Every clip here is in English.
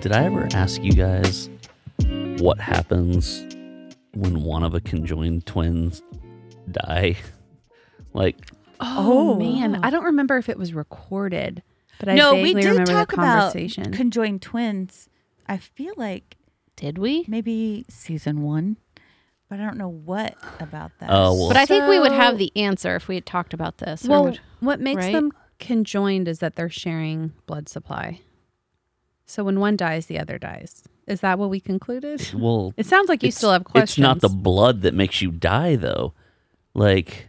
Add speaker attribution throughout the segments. Speaker 1: Did I ever ask you guys what happens when one of a conjoined twins die? Like,
Speaker 2: Oh,
Speaker 3: Oh, man,
Speaker 2: wow.
Speaker 3: I don't remember if it was recorded, but I
Speaker 2: no, we
Speaker 3: vaguely
Speaker 2: did
Speaker 3: remember
Speaker 2: talk
Speaker 3: the
Speaker 2: about
Speaker 3: conversation.
Speaker 2: conjoined twins. I feel like
Speaker 4: Did we?
Speaker 2: maybe season one, but I don't know what about that.
Speaker 1: Oh, well-
Speaker 4: But I think we would have
Speaker 3: So-
Speaker 4: the answer if we had talked about this. or
Speaker 3: well,
Speaker 4: would-
Speaker 3: what makes
Speaker 4: right?
Speaker 3: them conjoined is that they're sharing blood supply. So when one dies, the other dies. Is that what we concluded?
Speaker 1: well,
Speaker 3: It sounds like you
Speaker 1: it's-
Speaker 3: still have questions.
Speaker 1: It's not the blood that makes you die, though. Like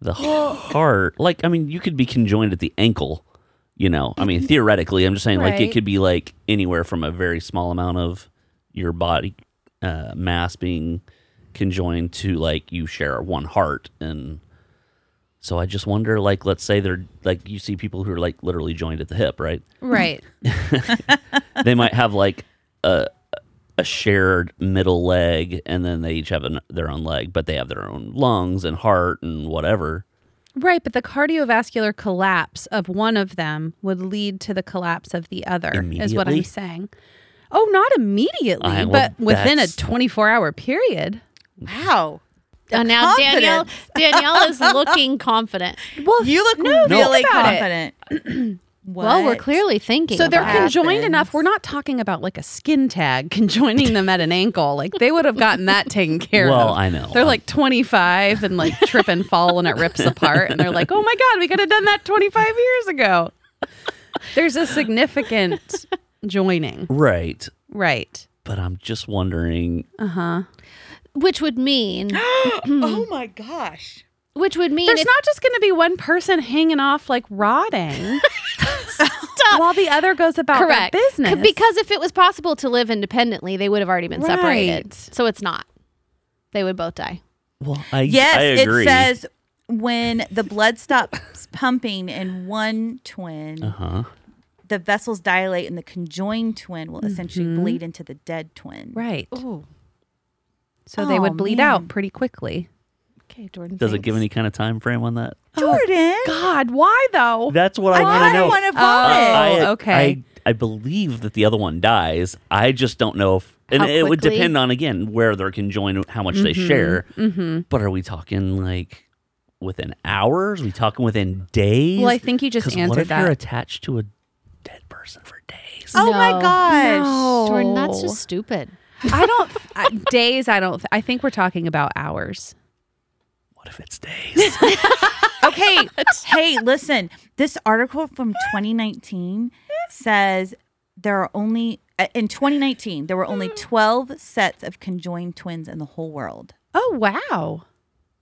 Speaker 1: the heart. Like, I mean, you could be conjoined at the ankle. You know, I mean, theoretically, I'm just saying, like, it
Speaker 3: Right.
Speaker 1: could be like anywhere from a very small amount of your body uh, mass being conjoined to like you share one heart and. So I just wonder, like, let's say they're like you see people who are like literally joined at the hip, right?
Speaker 3: right.
Speaker 1: they might have like a a shared middle leg, and then they each have an, their own leg, but they have their own lungs and heart and whatever.
Speaker 3: Right, but the cardiovascular collapse of one of them would lead to the collapse of the other, is what
Speaker 1: Immediately?
Speaker 3: I'm saying. Oh, not immediately,
Speaker 1: I- well,
Speaker 3: but within a
Speaker 1: that's-
Speaker 3: 24 hour period.
Speaker 2: wow.
Speaker 4: Uh, now Danielle
Speaker 2: confidence.
Speaker 4: Danielle is looking confident.
Speaker 3: Well,
Speaker 2: You look really confident.
Speaker 4: Well, we're
Speaker 2: What?
Speaker 4: clearly thinking.
Speaker 3: so they're
Speaker 4: about it.
Speaker 2: happens.
Speaker 3: conjoined enough. We're not talking about like a skin tag conjoining them at an ankle. Like they would have gotten that taken care of.
Speaker 1: Well, I know.
Speaker 3: They're like 25 and like trip and fall and it rips apart. And they're like, oh my God, we could have done that 25 years ago. There's a significant joining.
Speaker 1: right,
Speaker 3: Right.
Speaker 1: but I'm just wondering.
Speaker 3: Uh huh.
Speaker 4: which would mean
Speaker 2: oh my gosh.
Speaker 4: which would mean
Speaker 3: There's
Speaker 4: if-
Speaker 3: not just going to be one person hanging off like rotting while the other goes about their
Speaker 4: correct
Speaker 3: business.
Speaker 4: C- because if it was possible to live independently, they would have already been separated.
Speaker 3: Right.
Speaker 4: So it's not. They would both die.
Speaker 1: Well, I
Speaker 2: Yes,
Speaker 1: I
Speaker 2: it
Speaker 1: agree.
Speaker 2: says when the blood stops pumping in one twin,
Speaker 1: Uh huh.
Speaker 2: the vessels dilate and the conjoined twin will essentially
Speaker 3: Mhm.
Speaker 2: bleed into the dead twin.
Speaker 3: right.
Speaker 4: Ooh.
Speaker 3: So they would
Speaker 2: Aw,
Speaker 3: bleed
Speaker 2: man.
Speaker 3: out pretty quickly.
Speaker 4: Okay, Jordan.
Speaker 1: Does it
Speaker 4: thanks.
Speaker 1: give any kind of time frame on that?
Speaker 2: Jordan.
Speaker 3: Oh, God, why though?
Speaker 1: That's what I want
Speaker 2: I
Speaker 1: to know. Uh,
Speaker 2: want to
Speaker 3: Oh,
Speaker 2: vomit.
Speaker 1: I,
Speaker 3: okay.
Speaker 1: I, I believe that the other one dies. I just don't know if, and
Speaker 4: How
Speaker 1: it would
Speaker 4: quickly?
Speaker 1: depend on again where they're conjoined, how much they share.
Speaker 3: Mm-hmm.
Speaker 1: But are we talking like within hours? Are we talking within days?
Speaker 3: Well, I think you just
Speaker 1: 'Cause
Speaker 3: answered
Speaker 1: what if
Speaker 3: that.
Speaker 1: you're attached to a dead person for days?
Speaker 2: oh my
Speaker 4: No.
Speaker 2: gosh.
Speaker 4: Jordan,
Speaker 3: No.
Speaker 4: that's just stupid.
Speaker 3: I don't I, days. I don't. I think we're talking about hours.
Speaker 1: What if it's days?
Speaker 2: Okay. hey, listen. This article from 2019 says there are only uh, in 2019 there were only 12 sets of conjoined twins in the whole world.
Speaker 3: Oh wow!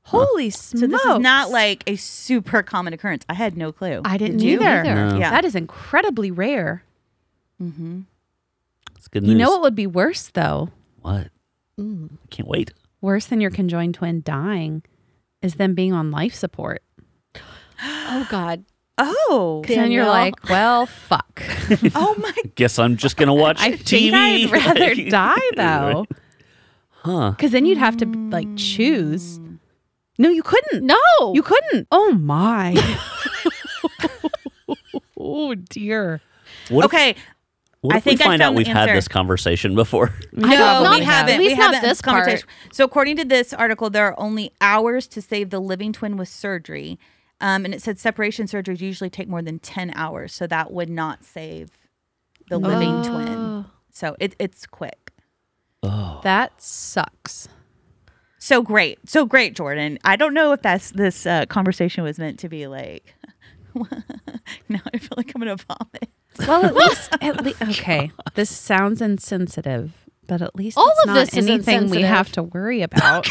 Speaker 3: Holy smokes!
Speaker 2: So this is not like a super common occurrence. I had no clue.
Speaker 3: I didn't
Speaker 2: Did you?
Speaker 3: either.
Speaker 4: Either.
Speaker 1: No.
Speaker 2: Yeah.
Speaker 3: That is incredibly rare.
Speaker 2: Mm-hmm.
Speaker 1: it's good news.
Speaker 3: You know what would be worse though?
Speaker 1: What?
Speaker 4: Mm.
Speaker 1: I can't wait.
Speaker 3: Worse than your conjoined twin dying is them being on life support.
Speaker 4: Oh God.
Speaker 2: Oh.
Speaker 3: Because then you're
Speaker 4: Danielle.
Speaker 3: like, well, fuck.
Speaker 2: oh my
Speaker 1: Guess I'm just gonna watch
Speaker 3: I
Speaker 1: TV.
Speaker 3: think I'd rather die though.
Speaker 1: Huh?
Speaker 3: Because then you'd have to like choose. No, you couldn't.
Speaker 4: No.
Speaker 3: You couldn't. Oh my. oh dear.
Speaker 1: What if,
Speaker 2: Okay.
Speaker 1: what
Speaker 2: I
Speaker 1: if
Speaker 2: think
Speaker 1: we
Speaker 2: I
Speaker 1: find out
Speaker 2: found the
Speaker 1: we've had
Speaker 2: answer.
Speaker 1: this conversation before?
Speaker 2: No,
Speaker 4: don't
Speaker 2: we
Speaker 4: know.
Speaker 2: haven't.
Speaker 4: At
Speaker 2: we
Speaker 4: least not
Speaker 2: haven't had
Speaker 4: this
Speaker 2: conversation. So, according to this article, there are only hours to save the living twin with surgery, um, and it said separation surgeries usually take more than ten hours, so that would not save the living twin.
Speaker 4: Oh.
Speaker 2: So it, it's quick.
Speaker 1: Oh,
Speaker 3: That sucks.
Speaker 2: So great, so great, Jordan. I don't know if that's this uh, conversation was meant to be like. now I feel like I'm gonna vomit.
Speaker 3: Well, at least, at least, okay. This sounds insensitive, but at least
Speaker 4: All
Speaker 3: it's
Speaker 4: of
Speaker 3: not
Speaker 4: this is
Speaker 3: anything we
Speaker 4: insensitive.
Speaker 3: have to worry about.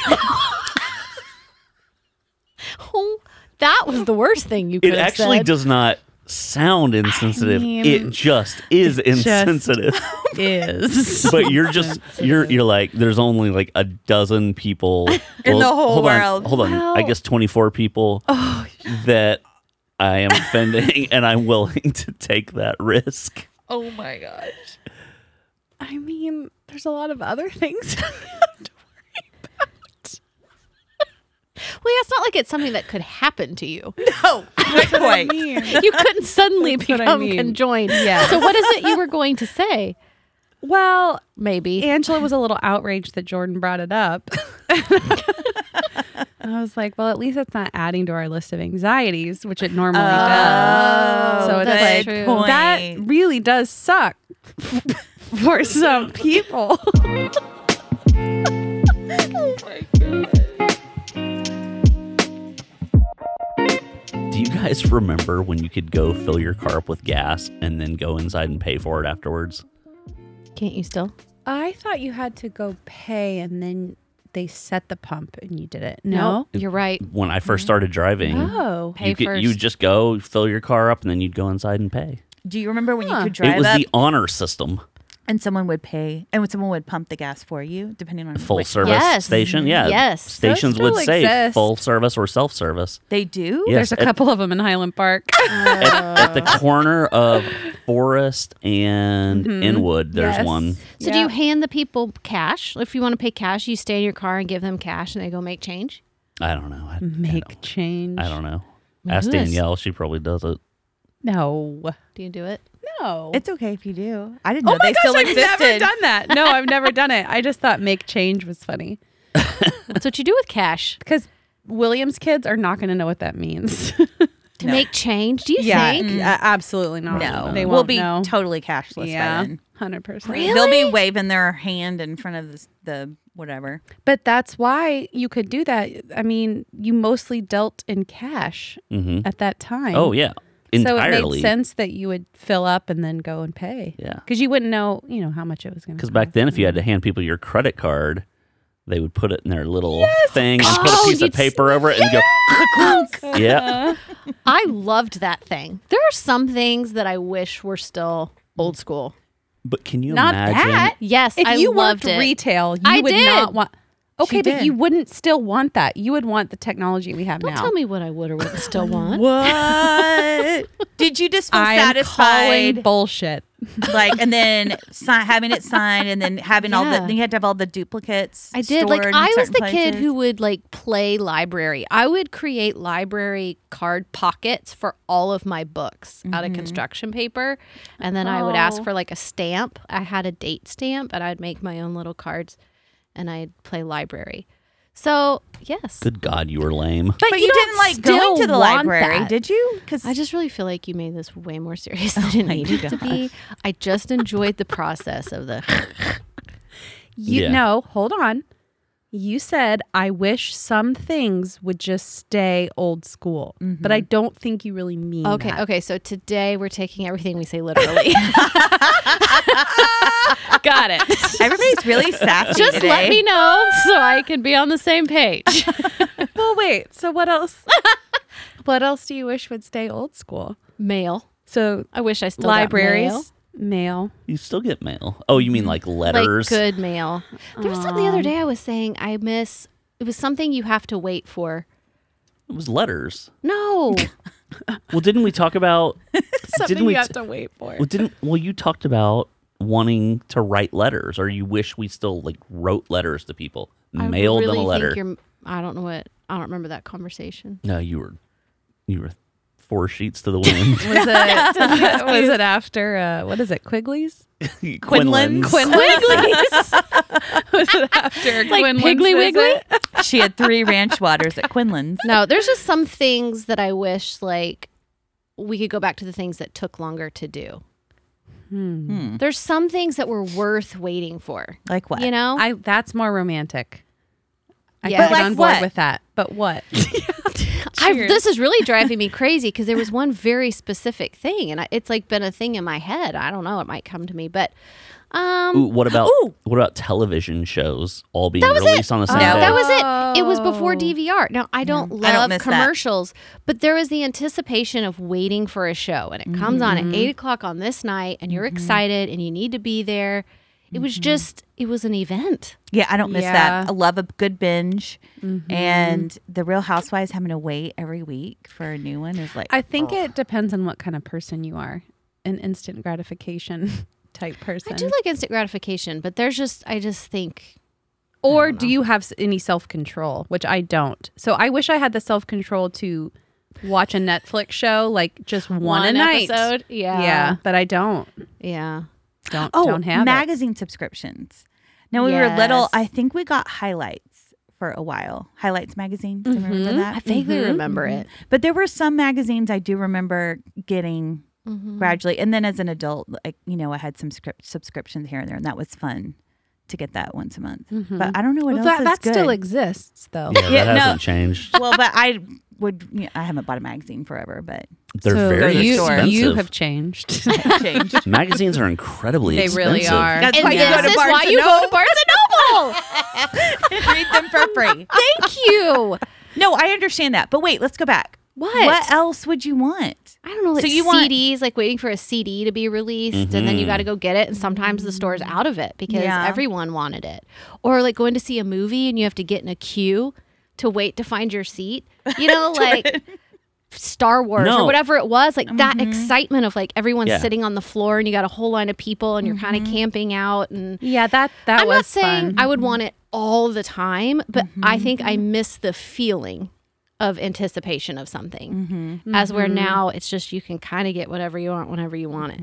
Speaker 4: Oh, that was the worst thing you could
Speaker 1: it
Speaker 4: have
Speaker 1: actually
Speaker 4: said.
Speaker 1: does not sound insensitive.
Speaker 3: mean,
Speaker 1: it just is
Speaker 3: just-
Speaker 1: insensitive.
Speaker 3: is
Speaker 1: but you're just you're you're like there's only like a dozen people
Speaker 2: In the whole
Speaker 1: hold on,
Speaker 2: world.
Speaker 1: hold on, I
Speaker 4: Well-
Speaker 1: guess 24 people that I am offending, and I'm willing to take that risk.
Speaker 2: Oh my gosh!
Speaker 3: I mean, there's a lot of other things.
Speaker 4: Well, yeah, it's not like it's something that could happen to you.
Speaker 2: No, good point.
Speaker 3: mean.
Speaker 4: You couldn't suddenly
Speaker 3: That's what I
Speaker 4: become
Speaker 3: mean.
Speaker 4: conjoined.
Speaker 3: Yeah.
Speaker 4: So what is it you were going to say?
Speaker 3: Well,
Speaker 4: Maybe.
Speaker 3: Angela was a little outraged that Jordan brought it up. I was like, well, at least it's not adding to our list of anxieties, which it normally
Speaker 2: Uh,
Speaker 3: does. So it's
Speaker 2: that's
Speaker 3: like,
Speaker 2: true.
Speaker 3: that
Speaker 2: point.
Speaker 3: really does suck for some people.
Speaker 1: Do you guys remember when you could go fill your car up with gas and then go inside and pay for it afterwards?
Speaker 4: Can't you still?
Speaker 3: I thought you had to go pay and then they set the pump and you did it.
Speaker 4: You're right.
Speaker 1: When I first started driving,
Speaker 3: Oh.
Speaker 4: Pay
Speaker 1: you could
Speaker 4: first.
Speaker 1: you just go fill your car up and then you'd go inside and pay.
Speaker 2: Do you remember when
Speaker 3: Huh.
Speaker 2: you could
Speaker 1: it
Speaker 2: drive
Speaker 1: was
Speaker 2: up
Speaker 1: the honor system,
Speaker 2: and someone would pay and someone would pump the gas for you, depending on
Speaker 1: full
Speaker 2: what-
Speaker 1: service
Speaker 4: Yes.
Speaker 1: station. Yeah,
Speaker 4: Yes. Those
Speaker 1: stations
Speaker 3: still
Speaker 1: would say
Speaker 3: exist.
Speaker 1: full service or self service.
Speaker 2: They do.
Speaker 1: Yeah. Yes,
Speaker 3: There's a
Speaker 1: at-
Speaker 3: couple of them in Highland Park.
Speaker 1: at, at the corner of Forest and Inwood, there's
Speaker 3: Mm-hmm. Yes.
Speaker 1: one.
Speaker 4: So do
Speaker 3: Yeah.
Speaker 4: you hand the people cash? If you want to pay cash, you stay in your car and give them cash and they go make change?
Speaker 1: I don't know. I,
Speaker 3: Make change.
Speaker 1: I don't know. Ask
Speaker 4: who is-
Speaker 1: Danielle. She probably does it.
Speaker 3: No.
Speaker 4: Do you do it?
Speaker 3: No.
Speaker 2: It's okay if you do. I didn't
Speaker 3: Oh
Speaker 2: know
Speaker 3: my
Speaker 2: they
Speaker 3: gosh,
Speaker 2: still
Speaker 3: I've
Speaker 2: existed.
Speaker 3: never done that. No, I've never done it. I just thought make change was funny
Speaker 4: That's what you do with cash.
Speaker 3: because Williams kids are not going to know what that means.
Speaker 4: To make change? Do you think?
Speaker 3: Mm, uh, absolutely not.
Speaker 2: No,
Speaker 3: they won't
Speaker 2: we'll be
Speaker 3: know.
Speaker 2: totally cashless by
Speaker 3: yeah,
Speaker 2: then.
Speaker 3: hundred percent.
Speaker 2: They'll be waving their hand in front of the, the whatever.
Speaker 3: But that's why you could do that. I mean, you mostly dealt in cash
Speaker 1: hmm
Speaker 3: at that time.
Speaker 1: Oh yeah,
Speaker 3: So it
Speaker 1: entirely.
Speaker 3: made sense that you would fill up and then go and pay.
Speaker 1: Yeah.
Speaker 3: because you wouldn't know, you know, how much it was going to.
Speaker 1: Because back then, if you had
Speaker 3: Mm-hmm.
Speaker 1: to hand people your credit card, they would put it in their little thing and put
Speaker 4: Oh,
Speaker 1: a piece of
Speaker 4: you'd s-
Speaker 1: paper over it and go. yeah,
Speaker 4: I loved that thing. There are some things that I wish were still old school.
Speaker 1: but can you
Speaker 3: Not
Speaker 1: imagine?
Speaker 3: that.
Speaker 4: Yes,
Speaker 3: If
Speaker 4: I
Speaker 3: you
Speaker 4: loved
Speaker 3: worked
Speaker 4: it.
Speaker 3: retail, you
Speaker 4: I
Speaker 3: would
Speaker 4: did.
Speaker 3: not want. Okay, but
Speaker 2: did.
Speaker 3: you wouldn't still want that. You would want the technology we have
Speaker 4: Don't
Speaker 3: now.
Speaker 4: tell me what I would or would still want.
Speaker 2: What? Did you just feel
Speaker 3: I am
Speaker 2: satisfied?
Speaker 3: calling bullshit.
Speaker 2: like and then si- having it signed and then having all the
Speaker 4: Yeah.
Speaker 2: then you had to have all the duplicates.
Speaker 4: I did. Like
Speaker 2: stored in
Speaker 4: I was
Speaker 2: certain
Speaker 4: the kid
Speaker 2: places.
Speaker 4: who would like play library. I would create library card pockets for all of my books out
Speaker 2: Mm-hmm.
Speaker 4: of construction paper, and then I would ask
Speaker 3: Oh.
Speaker 4: for like a stamp. I had a date stamp, and I'd make my own little cards, and I'd play library. So yes,
Speaker 1: Good God, you were lame.
Speaker 2: But, you,
Speaker 4: don't
Speaker 2: didn't like
Speaker 4: still
Speaker 2: going to the
Speaker 4: want
Speaker 2: library,
Speaker 4: that.
Speaker 2: did you? Because
Speaker 4: I just really feel like you made this way more serious than it
Speaker 2: Oh my
Speaker 4: needed to be. I just enjoyed the process of the.
Speaker 3: You
Speaker 1: Yeah.
Speaker 3: no, hold on. You said I wish some things would just stay old school, but I don't think you really mean
Speaker 4: Okay,
Speaker 3: that.
Speaker 4: okay. So today we're taking everything we say literally. Got it.
Speaker 2: everybody's really sassy.
Speaker 4: Just let
Speaker 2: today.
Speaker 4: me know so I can be on the same page.
Speaker 3: Well, wait. So what else? what else do you wish would stay old school?
Speaker 4: Mail.
Speaker 3: So
Speaker 4: I wish I still got mail.
Speaker 3: libraries, mail.
Speaker 1: You still get mail. Oh, you mean like letters?
Speaker 4: Like good mail. There was something the other day I was saying I miss. It was something you have to wait for.
Speaker 1: It was letters.
Speaker 4: No,
Speaker 1: Well, didn't we talk about? didn't we? t-
Speaker 3: to wait for.
Speaker 1: well, didn't well you talked about wanting to write letters, or you wish we still like wrote letters to people,
Speaker 4: I
Speaker 1: mailed them
Speaker 4: really
Speaker 1: a
Speaker 4: think
Speaker 1: letter.
Speaker 4: you're- I don't know what. I don't remember that conversation.
Speaker 1: No, you were, you were four sheets to the wind.
Speaker 3: Was it was it after uh, what is it? Quigley's?
Speaker 1: Quinlan's.
Speaker 3: Quigley's. was it after
Speaker 4: Like
Speaker 3: Quinlan's
Speaker 4: Piggly
Speaker 3: visit?
Speaker 4: Wiggly?
Speaker 2: she had three ranch waters at Quinlan's.
Speaker 4: No, there's just some things that I wish like we could go back to the things that took longer to do. There's some things that were worth waiting for.
Speaker 2: Like what?
Speaker 4: You know?
Speaker 3: I that's more romantic. I
Speaker 4: Oh. Yeah.
Speaker 3: yeah.
Speaker 4: But
Speaker 3: get
Speaker 2: like
Speaker 3: on board
Speaker 2: what?
Speaker 3: with that. But what?
Speaker 4: I, this is really driving me crazy because there was one very specific thing, and I, it's like been a thing in my head. I don't know; it might come to me, but um,
Speaker 1: Ooh, what about what about television shows all being
Speaker 4: was
Speaker 1: released on the same
Speaker 2: No,
Speaker 1: day?
Speaker 4: that was it. It was before DVR. Now I don't
Speaker 2: Oh. I don't
Speaker 4: love
Speaker 2: miss that.
Speaker 4: commercials, but there was the anticipation of waiting for a show, and it comes on
Speaker 2: Mm-hmm.
Speaker 4: at eight o'clock on this night, and you're excited, and you need to be there. It was
Speaker 2: Mm-hmm.
Speaker 4: just, it was an event.
Speaker 2: Yeah, I don't miss
Speaker 3: Yeah.
Speaker 2: that. I love a good binge, and the Real Housewives having to wait every week for a new one is like
Speaker 3: I think it depends on what kind of person you are. An instant gratification type person.
Speaker 4: I do like instant gratification, but there's just, I just think,
Speaker 3: or do you have s- any self control? Which I don't. So I wish I had the self control to watch a Netflix show like just one, a night.
Speaker 4: episode, yeah,
Speaker 3: Yeah, but I don't.
Speaker 4: yeah.
Speaker 3: Don't
Speaker 2: Oh,
Speaker 3: don't have it.
Speaker 2: magazine subscriptions. Now when we were little,
Speaker 4: Yes.
Speaker 2: I think we got highlights for a while. Highlights magazine. Do you
Speaker 3: Mm-hmm.
Speaker 2: remember that? Mm-hmm.
Speaker 4: I vaguely remember it.
Speaker 2: But there were some magazines I do remember getting
Speaker 3: Mm-hmm.
Speaker 2: gradually, and then as an adult, like you know, I had some script subscriptions here and there, and that was fun to get that once a month. But I don't know what
Speaker 3: Mm-hmm. Well,
Speaker 2: else
Speaker 3: that,
Speaker 2: is
Speaker 3: that
Speaker 2: good.
Speaker 3: still exists though.
Speaker 1: Yeah,
Speaker 2: Yeah,
Speaker 1: that
Speaker 2: no.
Speaker 1: hasn't changed.
Speaker 2: well, but I would. You know, I haven't bought a magazine forever, but
Speaker 1: They're
Speaker 3: So
Speaker 1: very
Speaker 3: you,
Speaker 1: expensive.
Speaker 3: you have changed.
Speaker 2: change.
Speaker 1: Magazines are incredibly
Speaker 3: they
Speaker 1: expensive.
Speaker 3: really are.
Speaker 2: That's
Speaker 4: And
Speaker 2: why you go
Speaker 4: this
Speaker 2: to
Speaker 4: is
Speaker 2: Barnes
Speaker 4: why
Speaker 2: and
Speaker 4: you go to Barnes and Noble.
Speaker 2: Read them for free.
Speaker 4: Thank you.
Speaker 2: No, I understand that, but wait, let's go back.
Speaker 4: What?
Speaker 2: What else would you want?
Speaker 4: I don't know. Like
Speaker 2: So you want-
Speaker 4: CDs, like waiting for a CD to be released, and
Speaker 1: Mm-hmm.
Speaker 4: then you got to go get it. And sometimes the store's out of it because
Speaker 2: Yeah.
Speaker 4: everyone wanted it. Or like going to see a movie and you have to get in a queue to wait to find your seat. You know, like Star Wars
Speaker 1: No.
Speaker 4: or whatever it was. Like that
Speaker 2: Mm-hmm.
Speaker 4: excitement of like everyone
Speaker 1: Yeah.
Speaker 4: sitting on the floor and you got a whole line of people and you're kind
Speaker 2: Mm-hmm.
Speaker 4: of camping out. And
Speaker 3: Yeah, that that
Speaker 4: I'm
Speaker 3: was
Speaker 4: not saying
Speaker 3: fun.
Speaker 4: I would want it all the time, but I think I miss the feeling of anticipation of something. As where now it's just you can kind of get whatever you want whenever you want it.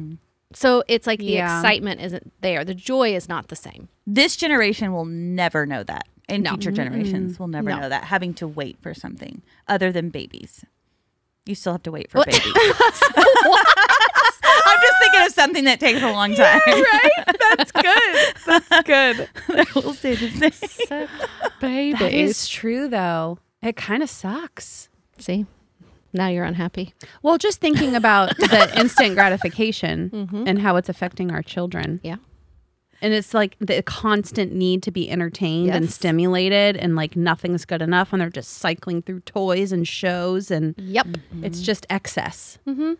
Speaker 4: So it's like the
Speaker 3: Yeah.
Speaker 4: excitement isn't there. The joy is not the same.
Speaker 2: This generation will never know that. And
Speaker 4: No.
Speaker 2: future generations will never
Speaker 4: No.
Speaker 2: know that. Having to wait for something other than babies. You still have to wait for babies. I'm just thinking of something that takes a long time.
Speaker 3: That's good. That's good.
Speaker 2: we'll stay the same.
Speaker 3: Babies. That is true though. It kind of sucks.
Speaker 4: See? Now you're unhappy.
Speaker 3: Well, just thinking about the instant gratification and how it's affecting our children.
Speaker 4: Yeah.
Speaker 3: And it's like the constant need to be entertained and
Speaker 4: Yes.
Speaker 3: stimulated and like nothing's good enough and they're just cycling through toys and shows and
Speaker 4: Yep.
Speaker 3: it's just excess. Mm-hmm.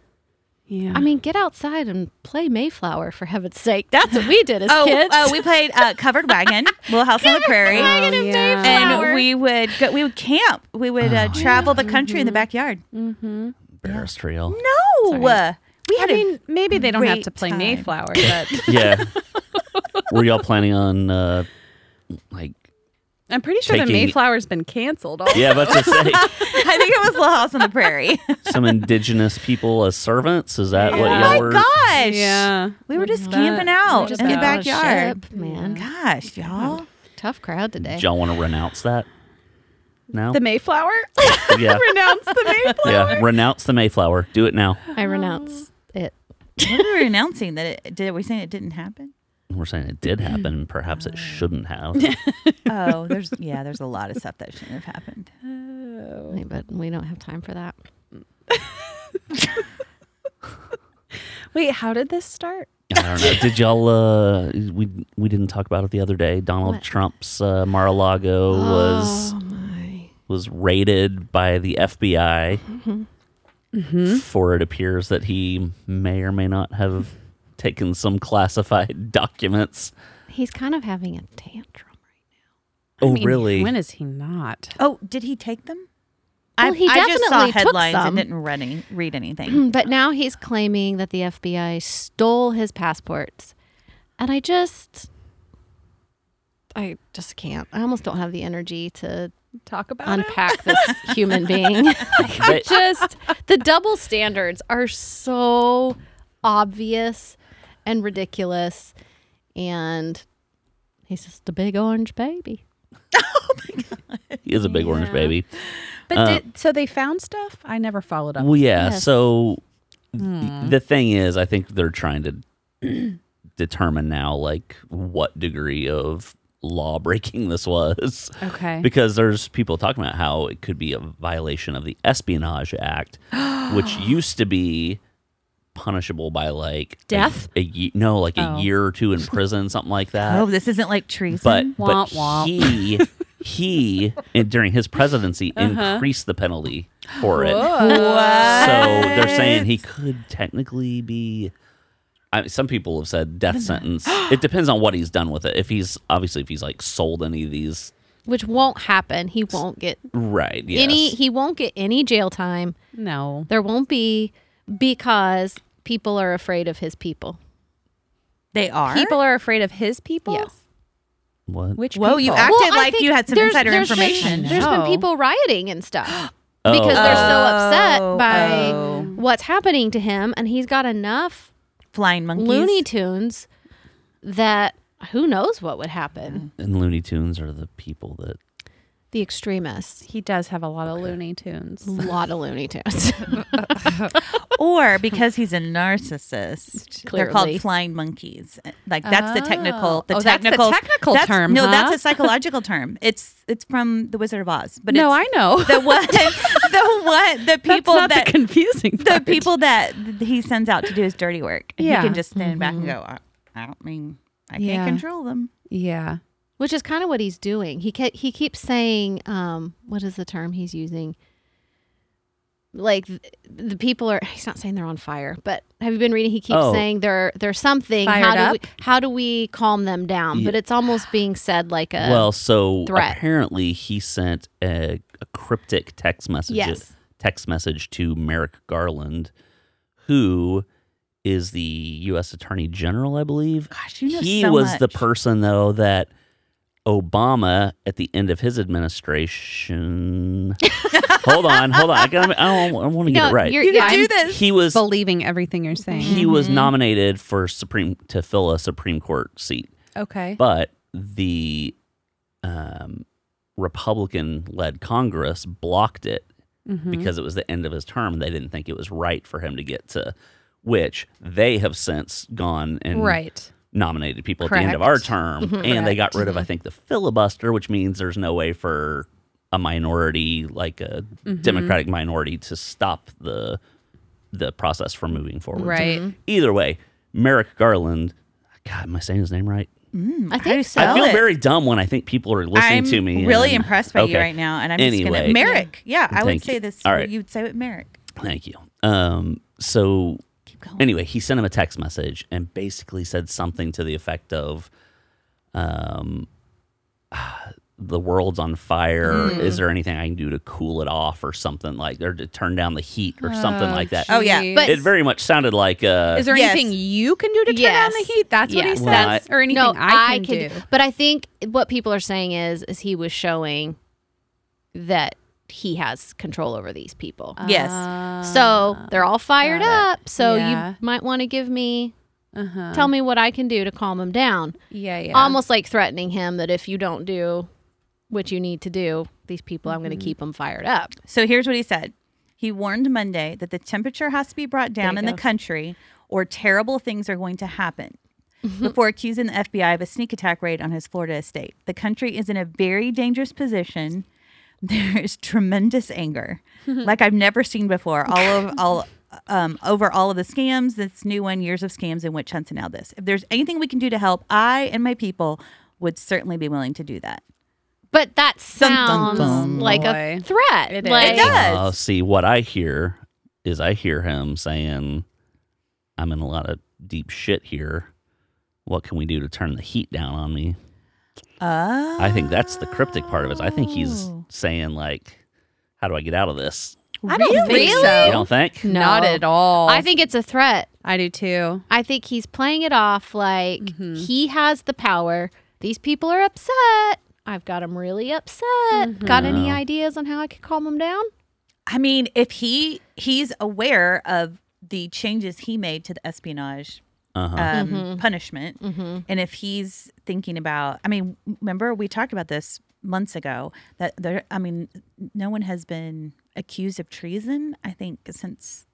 Speaker 3: Yeah.
Speaker 4: I mean, get outside and play Mayflower for heaven's sake. That's what we did as
Speaker 2: Oh,
Speaker 4: kids.
Speaker 2: oh, we played uh, Covered Wagon, Little House on the Prairie.
Speaker 3: Oh, yeah.
Speaker 2: And we would go, we would camp. We would uh,
Speaker 3: Oh,
Speaker 2: travel the country
Speaker 3: Mm-hmm.
Speaker 2: in the backyard.
Speaker 1: Ferris trail.
Speaker 2: No. We
Speaker 3: I
Speaker 2: had a
Speaker 3: mean, maybe they don't have
Speaker 2: great
Speaker 3: to play
Speaker 2: time.
Speaker 3: Mayflower, but
Speaker 1: Yeah. Were y'all planning on uh like
Speaker 3: I'm pretty sure the
Speaker 1: Taking-
Speaker 3: Mayflower's been canceled. All-
Speaker 1: yeah, about to say
Speaker 2: I think it was Little House on the Prairie.
Speaker 1: some indigenous people as servants? Is that what
Speaker 3: Yeah.
Speaker 1: y'all
Speaker 2: Oh My
Speaker 1: were?
Speaker 2: gosh.
Speaker 3: Yeah.
Speaker 2: We were just
Speaker 3: That-
Speaker 2: camping
Speaker 4: We
Speaker 2: out
Speaker 4: just
Speaker 2: in the
Speaker 4: got on a
Speaker 2: backyard.
Speaker 4: ship, man.
Speaker 2: Gosh, y'all.
Speaker 4: Tough crowd today.
Speaker 1: Did y'all want to renounce that? No.
Speaker 3: The Mayflower?
Speaker 1: yeah.
Speaker 3: Renounce the Mayflower.
Speaker 1: Yeah. Renounce the Mayflower. Do it now.
Speaker 4: I renounce it.
Speaker 2: What are we announcing that it did we saying it didn't happen?
Speaker 1: We're saying it did happen. Perhaps it shouldn't have.
Speaker 2: Oh, there's yeah, there's a lot of stuff that shouldn't have happened.
Speaker 4: Wait, But we don't have time for that.
Speaker 3: Wait, how did this start?
Speaker 1: I don't know. Did y'all? Uh, we we didn't talk about it the other day. Donald
Speaker 4: What?
Speaker 1: Trump's uh, Mar-a-Lago was
Speaker 4: Oh my.
Speaker 1: was raided by the FBI
Speaker 3: Mm-hmm.
Speaker 1: for it appears that he may or may not have taken some classified documents.
Speaker 4: He's kind of having a tantrum.
Speaker 1: Oh,
Speaker 3: I mean,
Speaker 1: really?
Speaker 3: When is he not?
Speaker 2: Oh, did he take them?
Speaker 4: Well, he
Speaker 2: I just saw
Speaker 4: definitely took
Speaker 2: headlines
Speaker 4: some.
Speaker 2: and didn't read, any, read anything.
Speaker 4: Mm, But now he's claiming that the FBI stole his passports. And I just I just can't. I almost don't have the energy to
Speaker 3: Talk about
Speaker 4: unpack this human being.
Speaker 1: They-
Speaker 4: just the double standards are so obvious and ridiculous and he's just a big orange baby.
Speaker 1: he is a big orange
Speaker 4: Yeah.
Speaker 1: baby.
Speaker 3: But
Speaker 1: Uh,
Speaker 3: did, so they found stuff? I never followed up.
Speaker 1: Well, yeah.
Speaker 4: Yes.
Speaker 1: So th-
Speaker 3: Hmm.
Speaker 1: the thing is, I think they're trying to determine now, like, what degree of law breaking this was.
Speaker 3: okay.
Speaker 1: Because there's people talking about how it could be a violation of the Espionage Act, which used to be punishable by like a-
Speaker 3: Death?
Speaker 1: A, ye- no, like
Speaker 3: Oh.
Speaker 1: a year or two in prison, something like that
Speaker 2: Oh, this isn't like treason.
Speaker 1: but but
Speaker 3: Womp womp.
Speaker 1: he he and during his presidency
Speaker 3: Uh-huh.
Speaker 1: increased the penalty for it. So they're saying he could technically be. I mean, some people have said death sentence. it depends on what he's done with it. If he's obviously if he's like sold any of these,
Speaker 4: Which won't happen. He won't get
Speaker 1: right? Yes.
Speaker 4: any he won't get any jail time.
Speaker 3: no.
Speaker 4: There won't be because people are afraid of his people.
Speaker 2: they are.
Speaker 3: People are afraid of his people?
Speaker 4: Yes.
Speaker 1: what?
Speaker 3: Which
Speaker 2: Whoa,
Speaker 3: people?
Speaker 2: you act- Acted like
Speaker 4: think
Speaker 2: you had some
Speaker 4: there's-
Speaker 2: insider
Speaker 4: there's been-
Speaker 2: information. Oh.
Speaker 4: there's been
Speaker 3: No.
Speaker 4: people rioting and stuff
Speaker 1: Oh,
Speaker 4: because they're so upset
Speaker 2: Oh,
Speaker 4: by
Speaker 2: oh.
Speaker 4: what's happening to him, and he's got enough
Speaker 2: flying monkeys.
Speaker 4: Looney Tunes that who knows what would
Speaker 2: Mm.
Speaker 4: happen.
Speaker 1: And Looney Tunes are the people that
Speaker 4: The extremists,
Speaker 3: He does have a lot of Looney Tunes.
Speaker 4: a lot of Looney Tunes.
Speaker 2: or because he's a narcissist, they're
Speaker 4: Clearly.
Speaker 2: called flying monkeys. Like that's the technical, the
Speaker 3: Oh, that's the
Speaker 2: technical,
Speaker 3: technical
Speaker 2: that's-
Speaker 3: term,
Speaker 2: No,
Speaker 3: huh?
Speaker 2: that's a psychological term. It's it's from The Wizard of Oz. But
Speaker 3: no,
Speaker 2: it's
Speaker 3: I know.
Speaker 2: the what the what the people
Speaker 3: That's not
Speaker 2: that
Speaker 3: the confusing.
Speaker 2: the
Speaker 3: part.
Speaker 2: people that he sends out to do his dirty work. And
Speaker 3: Yeah.
Speaker 2: He can just stand back and go, I, I don't mean, I
Speaker 3: Yeah.
Speaker 2: can't control them.
Speaker 3: Yeah.
Speaker 4: which is kind of what he's doing. He ke- he keeps saying, um, what is the term he's using? Like th- the people are. He's not saying they're on fire, but have you been reading? He keeps
Speaker 1: Oh.
Speaker 4: saying they're they're something.
Speaker 3: Fired
Speaker 4: how do
Speaker 3: up?
Speaker 4: we how do we calm them down? But it's almost being said like
Speaker 2: Uh,
Speaker 4: a
Speaker 1: well, so
Speaker 4: threat.
Speaker 1: apparently he sent a, a cryptic text message
Speaker 4: Yes.
Speaker 1: text message to Merrick Garland, who is the U.S. Attorney General, I believe.
Speaker 2: Gosh, you know
Speaker 1: he
Speaker 2: so
Speaker 1: was the
Speaker 2: much.
Speaker 1: person though that Obama at the end of his administration. hold on, hold on. I, gotta, I don't, I want to get
Speaker 4: No,
Speaker 1: it right.
Speaker 4: you're-
Speaker 3: You can
Speaker 4: yeah,
Speaker 3: do
Speaker 4: I'm-
Speaker 3: this.
Speaker 1: He was
Speaker 3: Believing everything you're saying.
Speaker 1: he was nominated for supreme to fill a Supreme Court seat.
Speaker 3: okay.
Speaker 1: But the um, Republican led Congress blocked it
Speaker 3: Mm-hmm.
Speaker 1: because it was the end of his term. They didn't think it was right for him to get to, which they have since gone and
Speaker 3: right.
Speaker 1: nominated people at the end of our
Speaker 3: Correct. Mm-hmm.
Speaker 1: term. And they got rid of, I think, the filibuster, which means there's no way for a minority, like a
Speaker 3: Mm-hmm.
Speaker 1: Democratic minority, to stop the the process from moving forward. So
Speaker 3: Right.
Speaker 1: either way, Merrick Garland. God, am I saying his name right?
Speaker 4: I think so.
Speaker 1: I feel
Speaker 2: it.
Speaker 1: very dumb when I think people are listening
Speaker 2: I'm
Speaker 1: to me.
Speaker 2: really
Speaker 1: and-
Speaker 2: impressed by
Speaker 1: Okay.
Speaker 2: you right now. And I'm just
Speaker 1: Anyway.
Speaker 2: going to, Merrick. Yeah, I would
Speaker 1: Thank you.
Speaker 2: say this.
Speaker 1: All right.
Speaker 2: You'd say it, Merrick.
Speaker 1: Thank you. Um, so
Speaker 2: Keep going.
Speaker 1: anyway, he sent him a text message and basically said something to the effect of, um, the world's on fire. Is
Speaker 2: Mm.
Speaker 1: there anything I can do to cool it off or something like, or to turn down the heat or something like that?
Speaker 2: Oh, yeah.
Speaker 3: Jeez.
Speaker 4: But-
Speaker 1: It very much sounded like, uh,
Speaker 3: is there
Speaker 2: Yes.
Speaker 3: anything you can do to turn
Speaker 4: Yes.
Speaker 3: down the heat? That's what he
Speaker 4: Yes.
Speaker 3: says,
Speaker 1: Well, I-
Speaker 3: or anything
Speaker 4: no,
Speaker 3: I, can do.
Speaker 4: But I think what people are saying is is he was showing that he has control over these people.
Speaker 2: Yes.
Speaker 4: Um, so they're all fired
Speaker 3: Ah, got
Speaker 4: up. So
Speaker 3: Yeah.
Speaker 4: you might want to give me
Speaker 3: uh-huh.
Speaker 4: tell me what I can do to calm them down.
Speaker 3: yeah, yeah.
Speaker 4: Almost like threatening him that if you don't do what you need to do, these people, I'm
Speaker 3: Mm-hmm.
Speaker 4: going to keep them fired up.
Speaker 2: So here's what he said. He warned Monday that the temperature has to be brought down
Speaker 4: you
Speaker 2: in
Speaker 4: go.
Speaker 2: the country or terrible things are going to happen.
Speaker 4: Mm-hmm.
Speaker 2: Before accusing the FBI of a sneak attack raid on his Florida estate, the country is in a very dangerous position. There is tremendous anger, like I've never seen before, all of all um, over all of the scams. This new one, years of scams and witch hunts and all this. If there's anything we can do to help, I and my people would certainly be willing to do that.
Speaker 4: But that
Speaker 2: Dun, dun,
Speaker 4: sounds
Speaker 2: dun.
Speaker 4: like a
Speaker 3: Boy.
Speaker 4: threat.
Speaker 3: It is.
Speaker 4: like,
Speaker 2: It does.
Speaker 1: uh, see, what I hear is I hear him saying, I'm in a lot of deep shit here. What can we do to turn the heat down on me?
Speaker 2: Oh.
Speaker 1: I think that's the cryptic part of it. I think he's
Speaker 4: Oh.
Speaker 1: saying like, "How do I get out of this?"
Speaker 3: I don't think
Speaker 4: Really?
Speaker 1: You
Speaker 3: so.
Speaker 1: don't think?
Speaker 4: No.
Speaker 3: Not at all.
Speaker 4: I think it's a threat.
Speaker 3: I do too.
Speaker 4: I think he's playing it off like
Speaker 3: Mm-hmm.
Speaker 4: he has the power. These people are upset. I've got them really upset. Got any ideas on how I could calm them down?
Speaker 2: I mean, if he he's aware of the changes he made to the espionage
Speaker 1: Uh-huh.
Speaker 2: um, punishment, and if he's thinking about, I mean, remember we talked about this months ago that there, I mean, no one has been accused of treason. I think since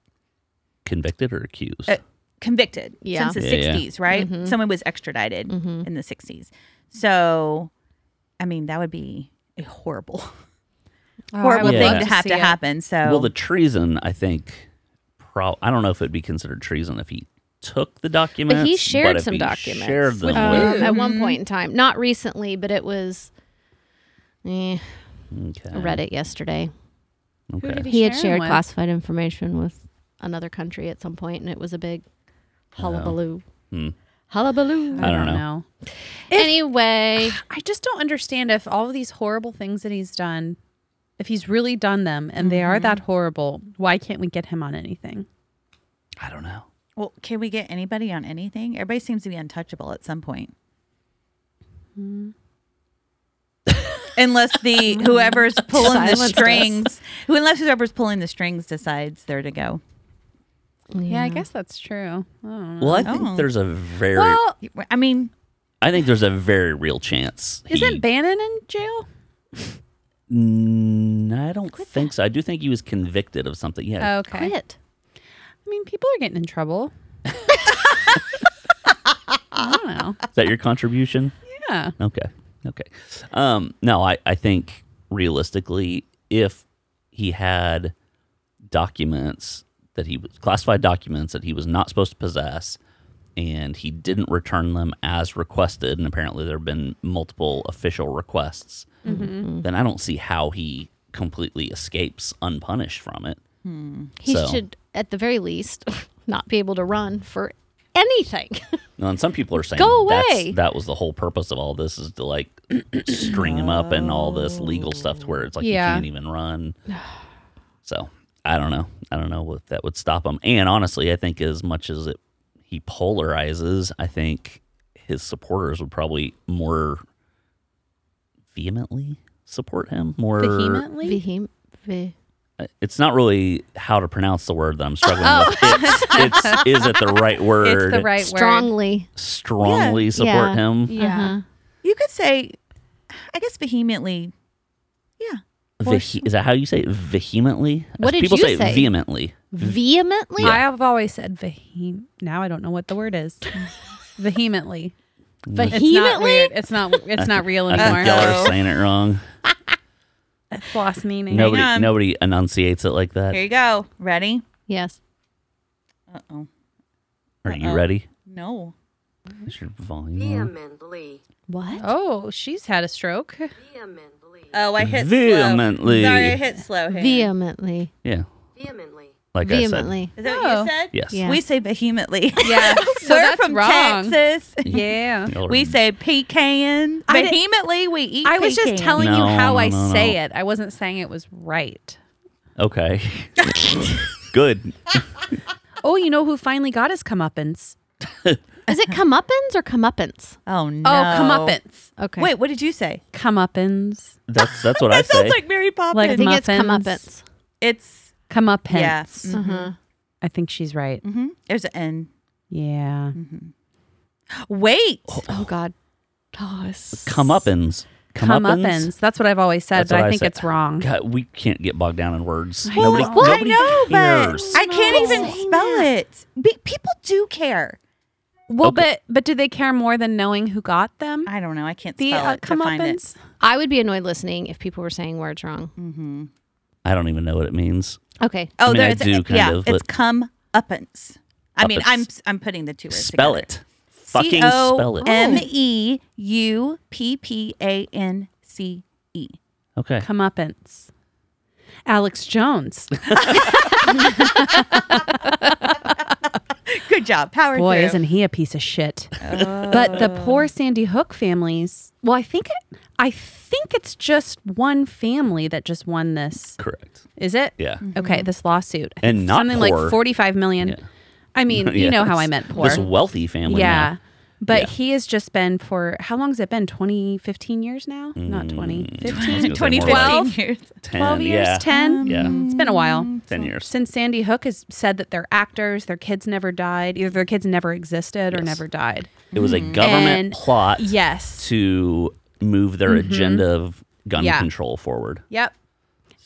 Speaker 1: Convicted or accused?
Speaker 2: uh, convicted
Speaker 4: Yeah.
Speaker 2: since the
Speaker 1: Yeah, yeah.
Speaker 2: 60s, right? Someone was extradited in the 60s. So, I mean, that would be a horrible, horrible
Speaker 1: would
Speaker 2: thing
Speaker 1: love
Speaker 2: to
Speaker 1: to
Speaker 2: have to, happen. So,
Speaker 1: well, the treason, I think. Pro- I don't know if it'd be considered treason if he took the documents.
Speaker 4: But he shared
Speaker 1: if
Speaker 4: some
Speaker 1: he
Speaker 4: documents
Speaker 1: Shared them with.
Speaker 4: with
Speaker 1: Mm-hmm.
Speaker 4: them at one point in time. Not recently, but it was. eh, I
Speaker 1: Okay.
Speaker 4: read it yesterday.
Speaker 1: Okay.
Speaker 3: did
Speaker 4: He had
Speaker 3: sharing
Speaker 4: shared
Speaker 3: with?
Speaker 4: classified information with another country at some point, and it was a big hullabaloo.
Speaker 1: Hmm. Uh,
Speaker 4: Hullabaloo.
Speaker 1: I don't know.
Speaker 4: anyway,
Speaker 3: I just don't understand if all of these horrible things that he's done, if he's really done them and they are that horrible, why can't we get him on anything?
Speaker 1: I don't know.
Speaker 2: Well, can we get anybody on anything? Everybody seems to be untouchable at some point.
Speaker 3: Hmm.
Speaker 2: unless the whoever's pulling the
Speaker 4: Silenced us.
Speaker 2: strings, who unless whoever's pulling the strings decides there to go.
Speaker 3: Yeah, I guess that's true. I don't know.
Speaker 1: Well, I think
Speaker 2: Oh.
Speaker 1: there's a very
Speaker 3: Well,
Speaker 2: I mean,
Speaker 1: I think there's a very real chance. he-
Speaker 3: isn't Bannon in jail?
Speaker 1: Mm, I don't think so. I do think he was convicted of something. Yeah.
Speaker 3: Oh, Okay.
Speaker 4: Quit.
Speaker 3: I mean, people are getting in trouble. I don't know.
Speaker 1: Is that your contribution?
Speaker 3: Yeah.
Speaker 1: Okay. Okay. Um, no, I, I think realistically, if he had documents that he was classified documents that he was not supposed to possess and he didn't return them as requested, and apparently there have been multiple official requests, then I don't see how he completely escapes unpunished from it.
Speaker 4: He
Speaker 1: So-
Speaker 4: should, at the very least, not be able to run for anything.
Speaker 1: Now, and some people are saying
Speaker 4: Go away.
Speaker 1: That's, that was the whole purpose of all this is to like string him up and all this legal stuff to where it's like
Speaker 3: Yeah.
Speaker 1: you can't even run. So I don't know. I don't know what that would stop him. And honestly, I think as much as it he polarizes, I think his supporters would probably more vehemently support him. More
Speaker 3: Vehemently?
Speaker 4: Vehem- ve-
Speaker 1: it's not really how to pronounce the word that I'm struggling with. It's, it's is it the right word?
Speaker 3: It's the right word.
Speaker 4: strongly.
Speaker 1: Strongly support
Speaker 4: Yeah.
Speaker 1: him.
Speaker 3: Yeah.
Speaker 4: Uh-huh.
Speaker 2: you could say, I guess vehemently. Yeah.
Speaker 1: Vehe- is that how you say it? vehemently?
Speaker 4: What did
Speaker 1: People
Speaker 4: you
Speaker 1: say,
Speaker 4: say?
Speaker 1: vehemently.
Speaker 4: Vehemently?
Speaker 3: I have always said vehem. Now I don't know what the word is. Vehemently. It's not
Speaker 4: Vehemently?
Speaker 3: weird. It's not. It's not real
Speaker 1: I think
Speaker 3: anymore.
Speaker 1: y'all are saying it wrong.
Speaker 3: It's lost meaning.
Speaker 1: Nobody,
Speaker 2: on.
Speaker 1: nobody enunciates it like that.
Speaker 2: Here you go. Ready?
Speaker 4: Yes.
Speaker 2: Uh oh.
Speaker 1: Are you ready?
Speaker 2: No.
Speaker 1: Is your volume?
Speaker 5: Vehemently.
Speaker 4: What?
Speaker 3: Oh, she's had a stroke.
Speaker 5: Vehemently.
Speaker 2: Oh, I hit
Speaker 1: Vehemently.
Speaker 2: Slow. Sorry, I hit slow. Here.
Speaker 4: Vehemently.
Speaker 1: Yeah,
Speaker 5: Vehemently.
Speaker 1: like
Speaker 4: Vehemently.
Speaker 2: Is that what
Speaker 3: Oh.
Speaker 2: you said?
Speaker 1: I said. Yes.
Speaker 4: Yeah.
Speaker 2: We say vehemently.
Speaker 3: Yeah. So
Speaker 2: We're
Speaker 3: that's
Speaker 2: from
Speaker 3: wrong.
Speaker 2: Texas.
Speaker 3: Yeah.
Speaker 1: Y'all are-
Speaker 2: We say pecan.
Speaker 3: I didn't-
Speaker 2: Vehemently, we eat.
Speaker 3: I was just
Speaker 2: pecan.
Speaker 3: telling you
Speaker 1: No,
Speaker 3: how
Speaker 1: no,
Speaker 3: I
Speaker 1: no,
Speaker 3: say
Speaker 1: no.
Speaker 3: it. I wasn't saying it was right.
Speaker 1: Okay. Good.
Speaker 3: Oh, you know who finally got his comeuppance?
Speaker 4: Is it comeuppance or comeuppance?
Speaker 2: Oh no.
Speaker 3: Oh, comeuppance.
Speaker 4: Okay.
Speaker 2: Wait, what did you say?
Speaker 3: Comeuppance.
Speaker 1: That's that's what I
Speaker 2: That
Speaker 1: say.
Speaker 2: sounds like Mary Poppins.
Speaker 3: Like
Speaker 4: I think it's
Speaker 3: muffins.
Speaker 4: comeuppance.
Speaker 2: it's
Speaker 3: Comeuppance.
Speaker 2: Yeah.
Speaker 4: Uh-huh.
Speaker 3: I think she's right.
Speaker 2: hmm there's an N.
Speaker 3: Yeah.
Speaker 2: Wait.
Speaker 4: Oh, God. Oh, it's-
Speaker 1: Comeuppance. Comeuppance.
Speaker 3: Comeuppance. That's what I've always said,
Speaker 1: That's
Speaker 3: but
Speaker 1: what
Speaker 3: I
Speaker 1: I
Speaker 3: think
Speaker 1: said.
Speaker 3: it's wrong.
Speaker 1: God, we can't get bogged down in words.
Speaker 3: Well,
Speaker 1: nobody,
Speaker 3: well,
Speaker 1: nobody
Speaker 2: I know, but
Speaker 1: cares.
Speaker 2: I can't even
Speaker 4: Saying
Speaker 2: spell it. Be- people do care.
Speaker 3: Well,
Speaker 1: Okay.
Speaker 3: but but do they care more than knowing who got them?
Speaker 2: I don't know. I can't
Speaker 3: The
Speaker 2: spell
Speaker 3: uh,
Speaker 2: it to find it.
Speaker 3: comeuppance.
Speaker 4: I would be annoyed listening if people were saying words wrong.
Speaker 1: I don't even know what it means.
Speaker 4: Okay.
Speaker 2: Oh,
Speaker 1: I mean, I
Speaker 2: there's
Speaker 1: do kind
Speaker 2: yeah,
Speaker 1: of,
Speaker 2: it's
Speaker 1: but-
Speaker 2: come uppance. I mean, I'm
Speaker 1: Uppance.
Speaker 2: I'm putting the two words
Speaker 1: Spell
Speaker 2: together.
Speaker 1: it. Fucking spell it.
Speaker 2: M E U P P A N C E.
Speaker 1: Okay.
Speaker 3: Comeuppance. Alex Jones.
Speaker 2: Good job. Power
Speaker 3: Boy,
Speaker 2: through.
Speaker 3: isn't he a piece of shit? But
Speaker 2: Oh.
Speaker 3: the poor Sandy Hook families. Well, I think it, I think it's just one family that just won this.
Speaker 1: Correct.
Speaker 3: Is it? Mm-hmm.
Speaker 1: Yeah.
Speaker 3: Okay, this lawsuit I
Speaker 1: And
Speaker 3: think
Speaker 1: not
Speaker 3: something
Speaker 1: poor.
Speaker 3: like forty-five million. I mean, you
Speaker 1: Yeah,
Speaker 3: know how
Speaker 1: it's
Speaker 3: I meant poor.
Speaker 1: This wealthy family.
Speaker 3: yeah.
Speaker 1: now.
Speaker 3: But
Speaker 1: Yeah.
Speaker 3: he has just been for how long has it been? 20, 15 years now? Not
Speaker 1: Mm.
Speaker 3: 20. 15,
Speaker 1: gonna say more
Speaker 3: 20,
Speaker 1: like
Speaker 3: 12,
Speaker 2: 2015 years.
Speaker 1: 10,
Speaker 3: 12 years,
Speaker 1: yeah.
Speaker 3: 10.
Speaker 1: Yeah.
Speaker 3: It's been a while.
Speaker 1: 10 years.
Speaker 3: Since Sandy Hook has said that they're actors, their kids never died, either their kids never existed or never died.
Speaker 1: It was a government
Speaker 3: mm, And-
Speaker 1: plot
Speaker 3: Yes.
Speaker 1: to move their agenda of gun
Speaker 3: Yeah.
Speaker 1: control forward.
Speaker 3: Yep.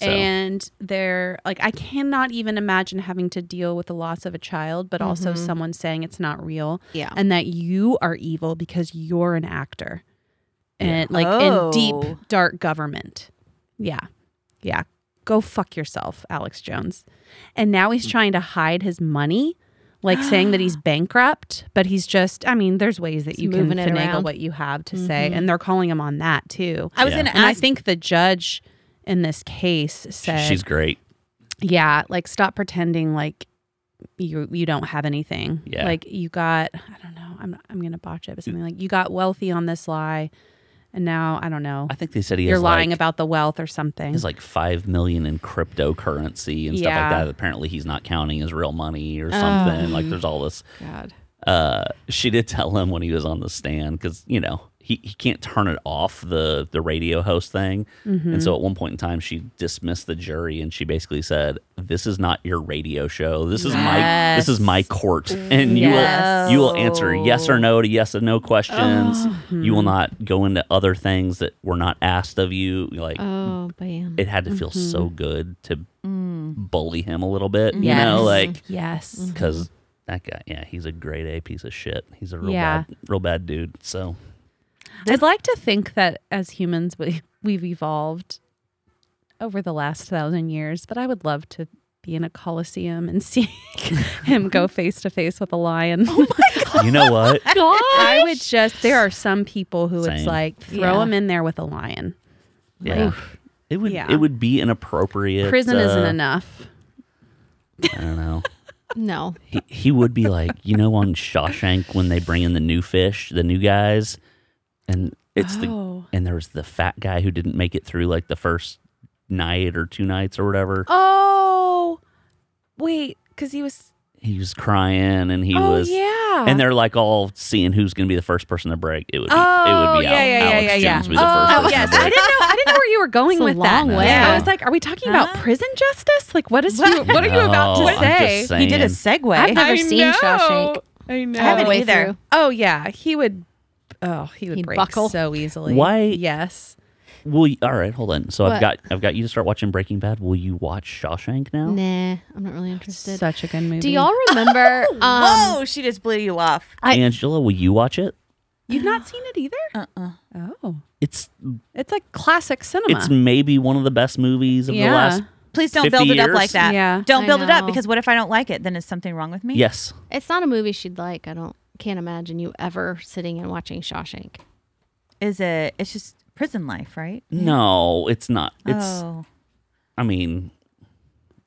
Speaker 1: So,
Speaker 3: And they're like, I cannot even imagine having to deal with the loss of a child, but also someone saying it's not real.
Speaker 4: Mm-hmm. Yeah.
Speaker 3: And that you are evil because you're an actor. And like in
Speaker 2: Oh.
Speaker 3: deep, dark government. Yeah. Yeah. Go fuck yourself, Alex Jones. And now
Speaker 4: Mm.
Speaker 3: he's trying to hide his money, like saying that he's bankrupt, but he's just, I mean, there's ways that
Speaker 4: He's
Speaker 3: you can
Speaker 4: moving it
Speaker 3: finagle
Speaker 4: around. Mm-hmm.
Speaker 3: what you have to say. And they're calling him on that too.
Speaker 2: I was
Speaker 1: Yeah.
Speaker 2: going to
Speaker 3: And I
Speaker 2: ask.
Speaker 3: think the judge in this case said,
Speaker 1: she's great.
Speaker 3: "Yeah, like stop pretending like you you don't have anything.
Speaker 1: Yeah.
Speaker 3: Like you got I don't know. I'm I'm gonna botch it, but something like you got wealthy on this lie, and now I don't know.
Speaker 1: I think they said he
Speaker 3: You're
Speaker 1: has
Speaker 3: lying
Speaker 1: like,
Speaker 3: about the wealth or something.
Speaker 1: he has like 5 million in cryptocurrency and stuff
Speaker 3: Yeah.
Speaker 1: like that. Apparently he's not counting as real money or something. like there's all this
Speaker 4: God.
Speaker 1: uh she did tell him when he was on the stand cuz you know, he, he can't turn it off the the radio host thing.
Speaker 3: Mm-hmm.
Speaker 1: And so at one point in time, she dismissed the jury and she basically said, "This is not your radio show. This is my this is my court, and you will you will answer yes or no to yes and no questions.
Speaker 3: Oh.
Speaker 1: You will
Speaker 3: Mm-hmm.
Speaker 1: not go into other things that were not asked of you. Like
Speaker 4: Oh, bam.
Speaker 1: it had to feel
Speaker 3: Mm-hmm.
Speaker 1: so good to bully him a little bit. You
Speaker 3: Mm. Yes. Mm-hmm.
Speaker 1: know, like
Speaker 3: Yes.
Speaker 1: because that guy, yeah, he's a grade A piece of shit. He's a real
Speaker 3: Yeah.
Speaker 1: bad, real bad dude. So
Speaker 3: I'd like to think that as humans, we, we've evolved over the last thousand years, but I would love to be in a coliseum and see him go face to face with a lion.
Speaker 1: you know what?
Speaker 3: I would just, there are some people who it's
Speaker 1: Same.
Speaker 3: like, throw
Speaker 4: Yeah.
Speaker 3: them in there with a lion.
Speaker 1: Yeah. It would
Speaker 3: Yeah.
Speaker 1: it would be inappropriate.
Speaker 3: Prison isn't
Speaker 1: uh,
Speaker 3: enough.
Speaker 1: I don't know.
Speaker 4: No.
Speaker 1: He, he would be like, you know, on Shawshank when they bring in the new fish, the new guys, and it's
Speaker 3: Oh.
Speaker 1: the and there was the fat guy who didn't make it through like the first night or two nights or whatever.
Speaker 3: Oh, wait, because he was,
Speaker 1: He was oh, crying and he was
Speaker 3: Oh, yeah.
Speaker 1: and they're like all seeing who's going to be the first person to break. It would be it
Speaker 3: Oh,
Speaker 1: would be
Speaker 3: yeah,
Speaker 1: Al-
Speaker 3: yeah, yeah,
Speaker 1: Alex
Speaker 3: yeah, yeah.
Speaker 1: Jones would be the first
Speaker 3: Oh
Speaker 1: person
Speaker 3: yes,
Speaker 1: to break.
Speaker 3: I didn't know. I didn't know where you were going
Speaker 4: It's a
Speaker 3: with
Speaker 4: long
Speaker 3: that.
Speaker 4: way.
Speaker 3: Yeah, I was
Speaker 1: Yeah.
Speaker 3: like, are we talking about
Speaker 2: Huh?
Speaker 3: prison justice? Like, what is you? What are you about
Speaker 1: No,
Speaker 3: to
Speaker 1: I'm
Speaker 3: say?
Speaker 1: just
Speaker 2: He did a
Speaker 1: saying.
Speaker 2: segue.
Speaker 4: I've never seen Shawshank.
Speaker 3: I know.
Speaker 2: I haven't
Speaker 4: way
Speaker 2: either.
Speaker 4: through.
Speaker 3: oh yeah, he would. Oh, he would
Speaker 4: He'd
Speaker 3: break
Speaker 4: buckle.
Speaker 3: so easily.
Speaker 1: Why-
Speaker 3: Yes.
Speaker 1: Well, y- all right, hold on. So I've
Speaker 4: What?
Speaker 1: got I've got you to start watching Breaking Bad. Will you watch Shawshank now?
Speaker 4: Nah, I'm not really interested.
Speaker 3: Such a good movie.
Speaker 4: Do y'all remember? um,
Speaker 2: Whoa, she just blew you off.
Speaker 4: I-
Speaker 1: Angela, will you watch it?
Speaker 3: You've not seen it either?
Speaker 2: Uh-uh.
Speaker 3: Oh,
Speaker 1: It's
Speaker 3: it's like classic cinema.
Speaker 1: it's maybe one of the best movies of
Speaker 3: Yeah.
Speaker 1: the last.
Speaker 2: Please don't
Speaker 1: 50
Speaker 2: build it up
Speaker 1: years?
Speaker 2: like that.
Speaker 3: Yeah.
Speaker 2: Don't
Speaker 4: I
Speaker 2: build it up
Speaker 4: know.
Speaker 2: because what if I don't like it? Then is something wrong with me?
Speaker 1: Yes,
Speaker 4: it's not a movie she'd like. I don't. Can't imagine you ever sitting and watching Shawshank.
Speaker 2: Is it? It's just prison life, right?
Speaker 1: no, it's not. It's
Speaker 2: oh,
Speaker 1: I mean,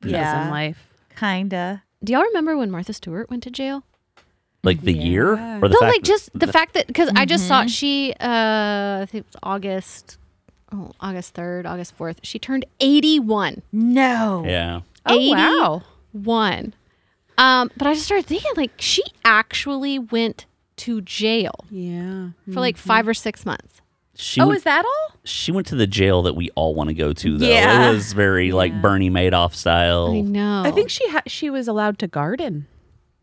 Speaker 3: Prison
Speaker 2: yeah.
Speaker 3: life.
Speaker 2: kinda.
Speaker 4: Do y'all remember when Martha Stewart went to jail?
Speaker 1: like the year
Speaker 3: Yeah.
Speaker 1: or the
Speaker 4: no,
Speaker 1: fact
Speaker 4: like just the
Speaker 1: that-
Speaker 4: fact that because I just
Speaker 3: Mm-hmm.
Speaker 4: saw she. Uh, I think it was August. Oh, August third, August fourth. She turned eighty-one.
Speaker 2: No.
Speaker 1: yeah.
Speaker 3: Oh wow.
Speaker 4: One. Um, but I just started thinking, like, she actually went to jail
Speaker 3: Yeah.
Speaker 4: for like
Speaker 3: Mm-hmm.
Speaker 4: five or six months.
Speaker 1: She
Speaker 3: Oh,
Speaker 1: went,
Speaker 3: is that all?
Speaker 1: she went to the jail that we all want to go to though.
Speaker 2: Yeah.
Speaker 1: It was very like Bernie Madoff style.
Speaker 4: I know.
Speaker 3: I think she ha- she was allowed to garden.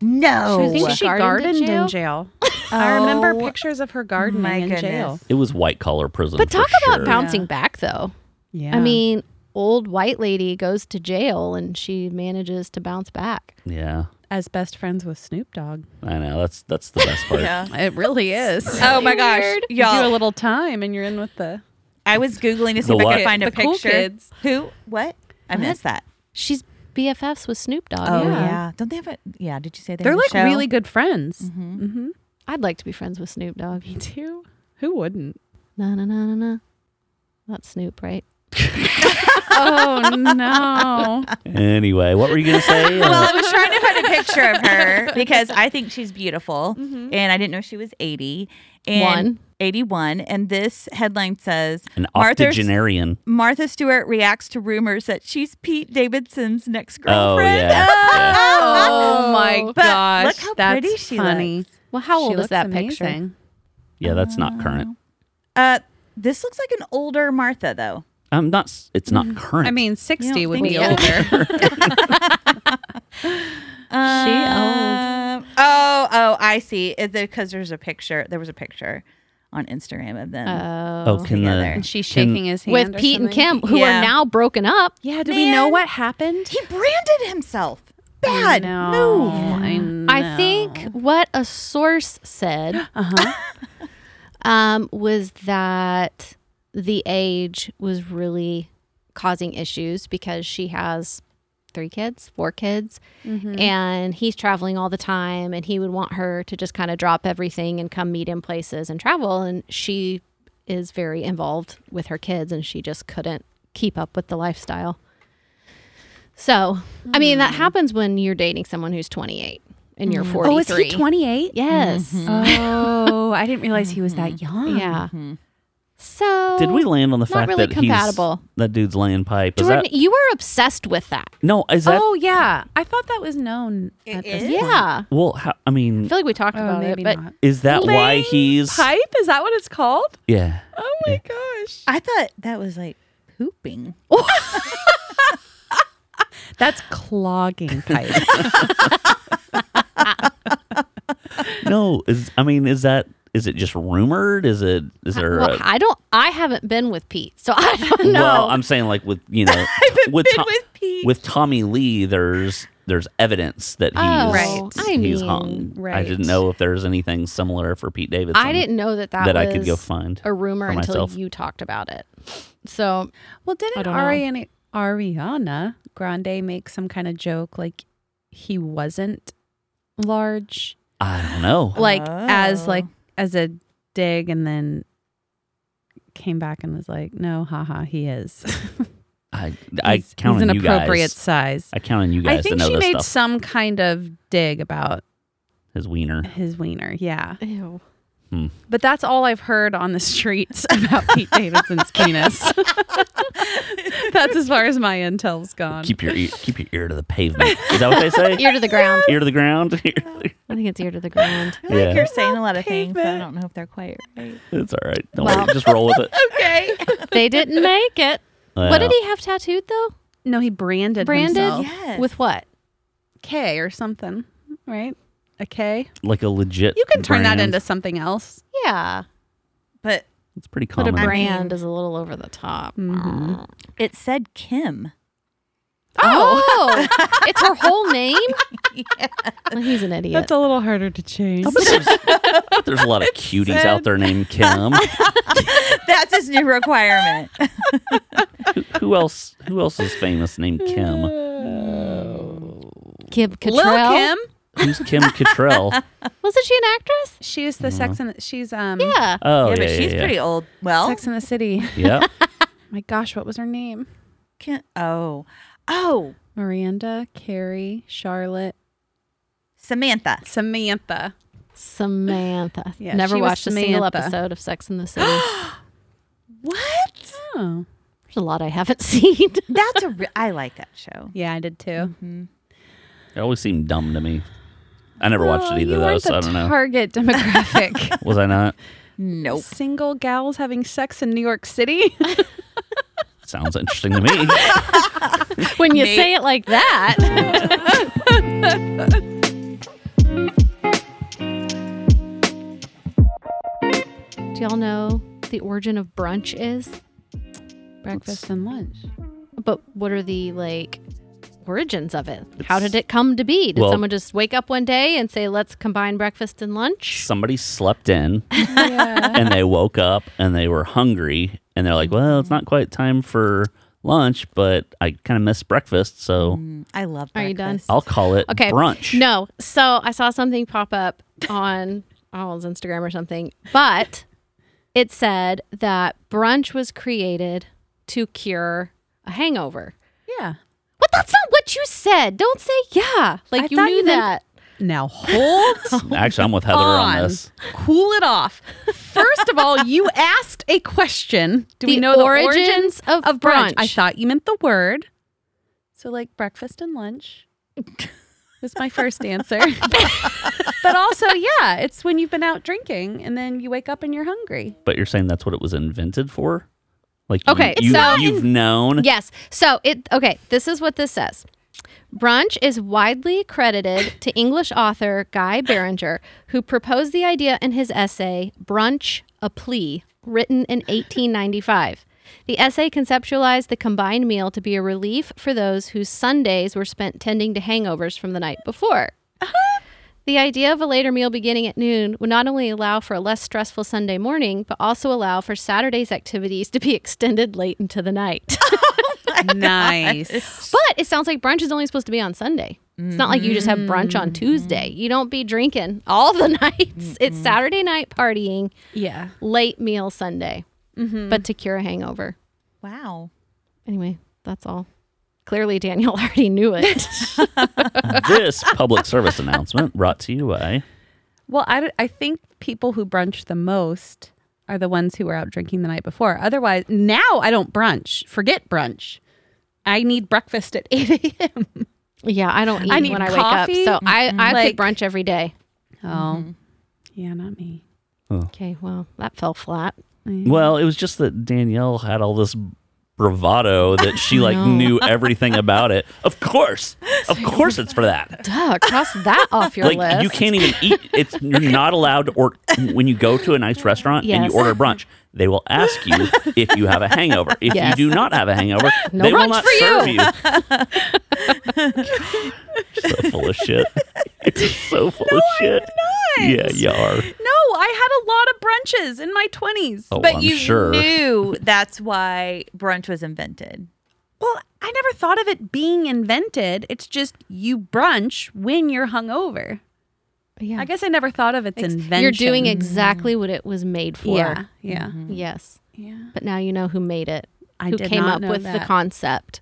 Speaker 2: No.
Speaker 4: I
Speaker 3: I think
Speaker 4: She
Speaker 3: she
Speaker 4: gardened
Speaker 3: Oh, gardened
Speaker 4: in
Speaker 3: in jail. Oh, I remember pictures of her gardening
Speaker 2: my
Speaker 3: in jail.
Speaker 2: goodness.
Speaker 1: It was white collar prison.
Speaker 4: But
Speaker 1: for
Speaker 4: talk about
Speaker 1: sure.
Speaker 4: bouncing back, though.
Speaker 3: Yeah.
Speaker 4: I mean, old white lady goes to jail and she manages to bounce back.
Speaker 1: Yeah,
Speaker 3: as best friends with Snoop Dogg.
Speaker 1: I know. That's that's the best part.
Speaker 2: Yeah.
Speaker 3: It really is.
Speaker 2: Oh my gosh,
Speaker 3: you
Speaker 2: y'all.
Speaker 3: do a little time and you're in with the
Speaker 2: I was googling to see
Speaker 1: The
Speaker 2: if I
Speaker 1: what?
Speaker 2: could find a
Speaker 3: The cool
Speaker 2: picture.
Speaker 3: kids.
Speaker 2: Who? What? I missed that.
Speaker 4: She's BFFs with Snoop Dogg.
Speaker 2: Oh
Speaker 3: yeah.
Speaker 2: yeah. Don't they have a? Yeah. Did you say they?
Speaker 3: They're
Speaker 2: have a
Speaker 3: like
Speaker 2: show?
Speaker 3: really good friends. Mm-hmm.
Speaker 4: I'd like to be friends with Snoop Dogg.
Speaker 3: Me too. Who wouldn't?
Speaker 4: No, no, no, no, no. Not Snoop, right?
Speaker 3: Oh no.
Speaker 1: Anyway, what were you gonna say?
Speaker 2: Well, I was trying to find a picture of her because I think she's beautiful,
Speaker 3: Mm-hmm.
Speaker 2: and I didn't know she was eighty and
Speaker 4: One.
Speaker 2: eighty-one. And this headline says
Speaker 1: An
Speaker 2: Martha
Speaker 1: octogenarian.
Speaker 2: Martha Stewart reacts to rumors that she's Pete Davidson's next
Speaker 1: Oh
Speaker 2: girlfriend.
Speaker 1: yeah. yeah.
Speaker 3: Oh my
Speaker 2: But
Speaker 3: gosh.
Speaker 2: look how
Speaker 3: That's
Speaker 2: pretty she
Speaker 3: funny.
Speaker 2: looks.
Speaker 4: Well, how
Speaker 3: She
Speaker 4: old
Speaker 3: looks
Speaker 4: is that picture?
Speaker 3: amazing.
Speaker 1: Yeah, that's not current.
Speaker 2: Uh, this looks like an older Martha, though.
Speaker 1: I'm not. s- It's not current.
Speaker 3: I mean, 60 would
Speaker 2: think
Speaker 3: be
Speaker 2: so?
Speaker 3: older.
Speaker 2: Um, Oh, oh, I see. Is it because there's a picture? There was a picture on Instagram of them.
Speaker 3: Uh,
Speaker 1: oh, can
Speaker 2: together.
Speaker 1: the
Speaker 3: and she's shaking his hand
Speaker 4: Um, With
Speaker 3: or
Speaker 4: Pete and
Speaker 3: something.
Speaker 4: Kim, who
Speaker 2: Yeah.
Speaker 4: are now broken up.
Speaker 3: Yeah, do we know
Speaker 2: Man.
Speaker 3: what happened?
Speaker 2: he branded himself. Bad
Speaker 3: No.
Speaker 2: move.
Speaker 3: I,
Speaker 4: I think what a source said um, was that the age was really causing issues because she has three kids, four kids,
Speaker 3: Mm-hmm.
Speaker 4: and he's traveling all the time. And he would want her to just kind of drop everything and come meet him places and travel. And she is very involved with her kids, and she just couldn't keep up with the lifestyle. So, I mean, that happens when you're dating someone who's 28 and you're
Speaker 3: Mm.
Speaker 4: 43.
Speaker 3: Oh, is he Mm-hmm. 28?
Speaker 4: Yes.
Speaker 3: Oh, I didn't realize he was that young.
Speaker 4: Yeah. So
Speaker 1: Did we land on the
Speaker 4: not
Speaker 1: fact
Speaker 4: really
Speaker 1: that
Speaker 4: compatible.
Speaker 1: he's that dude's laying pipe? Is
Speaker 4: Jordan,
Speaker 1: that
Speaker 4: you were obsessed with that.
Speaker 1: no? Is that
Speaker 3: oh yeah, I thought that was known.
Speaker 2: It
Speaker 3: at this
Speaker 2: is?
Speaker 3: point.
Speaker 4: Yeah.
Speaker 1: well? How, I
Speaker 4: I
Speaker 1: mean,
Speaker 4: feel like we talked
Speaker 3: Oh,
Speaker 4: about
Speaker 3: maybe
Speaker 4: it, but
Speaker 3: not.
Speaker 1: is that why
Speaker 3: Laying
Speaker 1: he's
Speaker 3: Pipe is that what it's called?
Speaker 1: yeah?
Speaker 3: Oh my gosh,
Speaker 2: I thought that was like pooping.
Speaker 3: that's clogging pipe.
Speaker 1: No, is I mean, is that is it just rumored? Is it is there?
Speaker 4: well,
Speaker 1: a,
Speaker 4: I don't. I haven't been with Pete, so I don't know.
Speaker 1: uh, Well, I'm saying like with you know with
Speaker 3: been
Speaker 1: Tom-
Speaker 3: with Pete.
Speaker 1: with Tommy Lee, there's there's evidence that he's
Speaker 4: Oh,
Speaker 2: Right.
Speaker 4: I
Speaker 1: he's
Speaker 4: mean,
Speaker 1: hung. I
Speaker 3: right.
Speaker 1: didn't know if there's anything similar for Pete Davidson.
Speaker 4: I didn't know that that,
Speaker 1: that
Speaker 4: was
Speaker 1: I could go find
Speaker 4: a rumor
Speaker 1: for
Speaker 4: until
Speaker 1: myself.
Speaker 4: you talked about it. So
Speaker 3: Well, didn't
Speaker 4: don't know.
Speaker 3: Ariana, Ariana Grande make some kind of joke like he wasn't large,
Speaker 1: I don't know.
Speaker 3: like as
Speaker 2: Oh.
Speaker 3: like as a dig, and then came back and was like, "No, haha, he is.
Speaker 1: I I
Speaker 3: he's,
Speaker 1: count
Speaker 3: he's
Speaker 1: on
Speaker 3: an
Speaker 1: you
Speaker 3: appropriate
Speaker 1: guys.
Speaker 3: size."
Speaker 1: I count on you
Speaker 3: I
Speaker 1: guys to
Speaker 3: think
Speaker 1: know
Speaker 3: she
Speaker 1: this
Speaker 3: made
Speaker 1: stuff.
Speaker 3: some kind of dig about
Speaker 1: His wiener.
Speaker 3: his wiener. Yeah,
Speaker 4: ew.
Speaker 3: but that's all I've heard on the streets about Pete Davidson's penis. that's as far as my intel's gone.
Speaker 1: Keep your ear, keep your ear to the pavement. Is that what they say?
Speaker 4: ear to the ground.
Speaker 1: Ear to the ground. Ear to the-
Speaker 4: I think it's ear to the ground.
Speaker 2: I feel like
Speaker 1: Yeah.
Speaker 2: you're saying a lot of things, but I don't know if they're quite right.
Speaker 1: it's all right. Don't
Speaker 4: Well.
Speaker 1: worry. Just roll with it. uh,
Speaker 2: Okay.
Speaker 4: They didn't make it.
Speaker 1: Well,
Speaker 4: What did he have tattooed though?
Speaker 3: No, he branded
Speaker 4: Branded
Speaker 3: himself.
Speaker 2: Yes.
Speaker 4: with what?
Speaker 3: K or something, right? A K.
Speaker 1: Like a legit.
Speaker 3: You can turn that
Speaker 1: brand.
Speaker 3: into something else.
Speaker 4: Yeah,
Speaker 2: But
Speaker 1: It's pretty
Speaker 4: but a
Speaker 1: common.
Speaker 4: brand is a little over the top. Mm-hmm.
Speaker 2: it said Kim.
Speaker 4: Oh, it's her whole name. Well, he's an idiot.
Speaker 3: a little harder to change.
Speaker 1: There's a lot of cuties out there named Kim.
Speaker 2: That's his new requirement.
Speaker 1: who else? Who else is famous named Kim?
Speaker 4: Kim Cattrall.
Speaker 3: Lil Kim.
Speaker 1: Who's Kim Cattrall?
Speaker 4: Wasn't she an actress?
Speaker 3: She is the Sex and she's um
Speaker 4: Yeah.
Speaker 1: Oh yeah,
Speaker 2: yeah, but
Speaker 1: yeah,
Speaker 2: she's
Speaker 1: yeah.
Speaker 2: pretty old. Well,
Speaker 3: Sex in the City.
Speaker 1: Yeah.
Speaker 3: My gosh, what was her name?
Speaker 2: Kim. Oh, oh,
Speaker 3: Miranda, Carrie, Charlotte,
Speaker 2: Samantha.
Speaker 3: Samantha.
Speaker 4: Samantha.
Speaker 3: Yeah,
Speaker 4: Never
Speaker 3: she was
Speaker 4: watched a single
Speaker 3: Samantha.
Speaker 4: episode of Sex in the City. There's
Speaker 2: What?
Speaker 3: Oh,
Speaker 4: a lot I haven't seen.
Speaker 2: That's a. Re- I like that show.
Speaker 3: yeah, I did too.
Speaker 1: It always seemed dumb to me. I never watched
Speaker 3: Oh,
Speaker 1: it either
Speaker 3: you
Speaker 1: though,
Speaker 3: weren't
Speaker 1: so
Speaker 3: the
Speaker 1: I don't know.
Speaker 3: Target demographic.
Speaker 1: Was I not?
Speaker 2: Nope.
Speaker 3: Single gals having sex in New York City.
Speaker 1: Sounds interesting to me.
Speaker 4: when you say it like that. Do y'all know the origin of brunch is?
Speaker 3: Breakfast and lunch.
Speaker 4: But what are the like origins of it? How did it come to be? Did
Speaker 1: Well-
Speaker 4: someone just wake up one day and say, "Let's combine breakfast and lunch"?
Speaker 1: Somebody slept in
Speaker 3: Yeah.
Speaker 1: and they woke up and they were hungry and they're like, "Well, it's not quite time for lunch, but I kind of missed breakfast, so
Speaker 2: Mm, I love.
Speaker 4: Are you done?
Speaker 2: breakfast.
Speaker 1: I'll call it
Speaker 4: Okay.
Speaker 1: brunch."
Speaker 4: No. So I saw something pop up on oh, it was Instagram or something, but it said that brunch was created to cure a hangover.
Speaker 3: yeah.
Speaker 4: But that's not what you said. Don't say yeah. Like
Speaker 3: I
Speaker 4: you
Speaker 3: thought
Speaker 4: knew
Speaker 3: you meant-
Speaker 4: that.
Speaker 3: Now hold
Speaker 1: Actually, I'm with Heather on,
Speaker 3: on.
Speaker 1: this.
Speaker 3: Cool it off. First of all, you asked a question. Do we
Speaker 4: The
Speaker 3: know
Speaker 4: origins
Speaker 3: the origins
Speaker 4: of brunch.
Speaker 3: I thought you meant the word. So like breakfast and lunch was my first answer. but also, yeah, it's when you've been out drinking and then you wake up and you're hungry.
Speaker 1: But you're saying that's what it was invented for? Like
Speaker 4: Okay,
Speaker 1: you, you,
Speaker 4: so-
Speaker 1: you've known
Speaker 4: Yes. So it okay, this is what this says. Brunch is widely credited to English author Guy Beringer, who proposed the idea in his essay Brunch a Plea, written in 1895. The essay conceptualized the combined meal to be a relief for those whose Sundays were spent tending to hangovers from the night before. The idea of a later meal beginning at noon would not only allow for a less stressful Sunday morning, but also allow for Saturday's activities to be extended late into the night.
Speaker 3: nice.
Speaker 4: But it sounds like brunch is only supposed to be on Sunday. It's not like you just have brunch on Tuesday. You don't be drinking all the nights. It's Saturday night partying,
Speaker 3: Yeah.
Speaker 4: late meal Sunday, but to cure a hangover.
Speaker 2: Wow.
Speaker 4: Anyway, that's all. Clearly, Daniel already knew it.
Speaker 1: this public service announcement brought to you by
Speaker 3: Well, I, I think people who brunch the most are the ones who were out drinking the night before. Otherwise, now I don't brunch. Forget brunch. I need breakfast at 8 a.m.
Speaker 4: Yeah, I don't eat
Speaker 3: I need
Speaker 4: when
Speaker 3: coffee.
Speaker 4: I wake up. So I, I
Speaker 3: Like-
Speaker 4: pick brunch every day.
Speaker 3: Oh,
Speaker 4: Mm-hmm.
Speaker 3: yeah, not me.
Speaker 4: Okay, well, that fell flat.
Speaker 1: Well, it was just that Danielle had all this bravado that she like
Speaker 4: No.
Speaker 1: knew everything about it. Of course, of course, it's for that.
Speaker 4: Duh, cross that off your
Speaker 1: like
Speaker 4: list.
Speaker 1: you can't even eat. It's you're not allowed to or when you go to a nice restaurant and
Speaker 4: Yes.
Speaker 1: you order brunch. They will ask you if you have a hangover. If
Speaker 4: Yes.
Speaker 1: you do not have a hangover,
Speaker 4: No
Speaker 1: they
Speaker 4: brunch
Speaker 1: will not
Speaker 4: for you.
Speaker 1: serve you. so full of shit. You're so full of shit. Yeah, you are.
Speaker 3: No, I had a lot of brunches in my 20s.
Speaker 1: Oh,
Speaker 2: but
Speaker 1: I'm
Speaker 2: you
Speaker 1: sure.
Speaker 2: knew that's why brunch was invented.
Speaker 3: Well, I never thought of it being invented. It's just you brunch when you're hungover.
Speaker 4: yeah.
Speaker 3: I guess I never thought of its
Speaker 4: Ex-
Speaker 3: invention.
Speaker 4: You're doing exactly what it was made for.
Speaker 3: Yeah, yeah,
Speaker 4: Yes.
Speaker 3: yeah.
Speaker 4: But now you know who made it.
Speaker 3: I
Speaker 4: who
Speaker 3: did
Speaker 4: came
Speaker 3: not
Speaker 4: up
Speaker 3: know
Speaker 4: with the
Speaker 3: that.
Speaker 4: concept.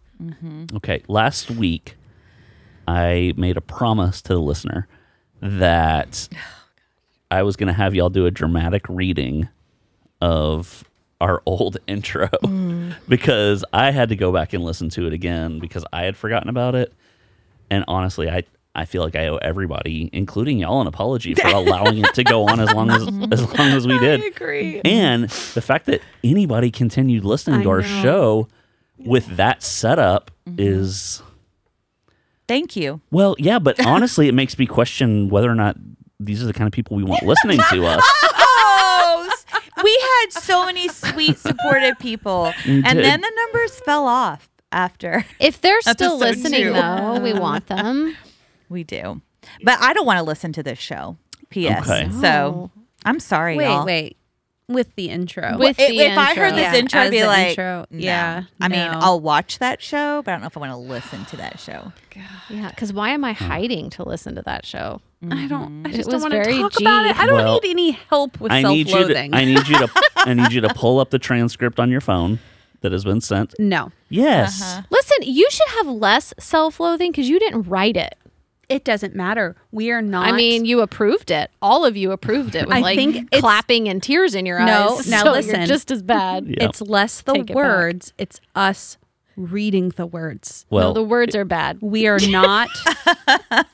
Speaker 1: Okay, last week I made a promise to the listener
Speaker 3: Oh,
Speaker 1: that I was going to have y'all do a dramatic reading of our old intro
Speaker 3: Hmm.
Speaker 1: because I had to go back and listen to it again because I had forgotten about it. And honestly, I I feel like I owe everybody, including y'all, an apology for allowing it to go on as long as as long as we did.
Speaker 3: agree.
Speaker 1: And the fact that anybody continued listening to
Speaker 3: I
Speaker 1: our
Speaker 3: know.
Speaker 1: show with that setup
Speaker 3: Mm-hmm.
Speaker 1: is
Speaker 2: Thank you.
Speaker 1: well, yeah, but honestly, it makes me question whether or not these are the kind of people we want listening to us.
Speaker 2: Oh, s- we had so many sweet, supportive people,
Speaker 1: You
Speaker 2: and
Speaker 1: did.
Speaker 2: then the numbers fell off after
Speaker 4: If they're still
Speaker 2: Episode
Speaker 4: listening,
Speaker 2: two.
Speaker 4: though, we want them.
Speaker 2: we do. But I don't want to listen to this show. P.S.
Speaker 1: Okay.
Speaker 4: Oh.
Speaker 2: So I'm sorry,
Speaker 3: Wait,
Speaker 2: y'all.
Speaker 3: wait. With the intro.
Speaker 4: With
Speaker 2: If,
Speaker 4: the
Speaker 2: if I heard
Speaker 4: intro.
Speaker 2: this
Speaker 3: Yeah,
Speaker 2: intro,
Speaker 3: as
Speaker 2: I'd be
Speaker 3: the
Speaker 2: like,
Speaker 3: intro.
Speaker 2: no.
Speaker 3: Yeah,
Speaker 2: I mean,
Speaker 3: no.
Speaker 2: I'll watch that show, but I don't know if I want to listen to that show.
Speaker 4: Yeah, because why am I
Speaker 1: Hmm.
Speaker 4: hiding to listen to that show?
Speaker 3: I don't. I
Speaker 4: It
Speaker 3: just
Speaker 4: was
Speaker 3: don't want to
Speaker 4: very
Speaker 3: talk about it. I don't
Speaker 1: Well,
Speaker 3: need any help with
Speaker 1: I need you to
Speaker 3: self-loathing.
Speaker 1: I need you to I need you to pull up the transcript on your phone that has been sent.
Speaker 3: no,
Speaker 1: Yes.
Speaker 3: Uh-huh.
Speaker 4: Listen, you should have less self loathing because you didn't write it.
Speaker 3: it doesn't matter. We are not.
Speaker 4: I mean, you approved it. All of you approved it with
Speaker 3: I
Speaker 4: like
Speaker 3: think it's-
Speaker 4: clapping and tears in your
Speaker 3: No,
Speaker 4: eyes.
Speaker 3: now
Speaker 4: so
Speaker 3: listen.
Speaker 4: You're just as bad.
Speaker 1: Yeah.
Speaker 3: it's less the
Speaker 4: Take it back.
Speaker 3: words. It's us reading the words.
Speaker 1: Well,
Speaker 4: no, the words are bad.
Speaker 3: We are not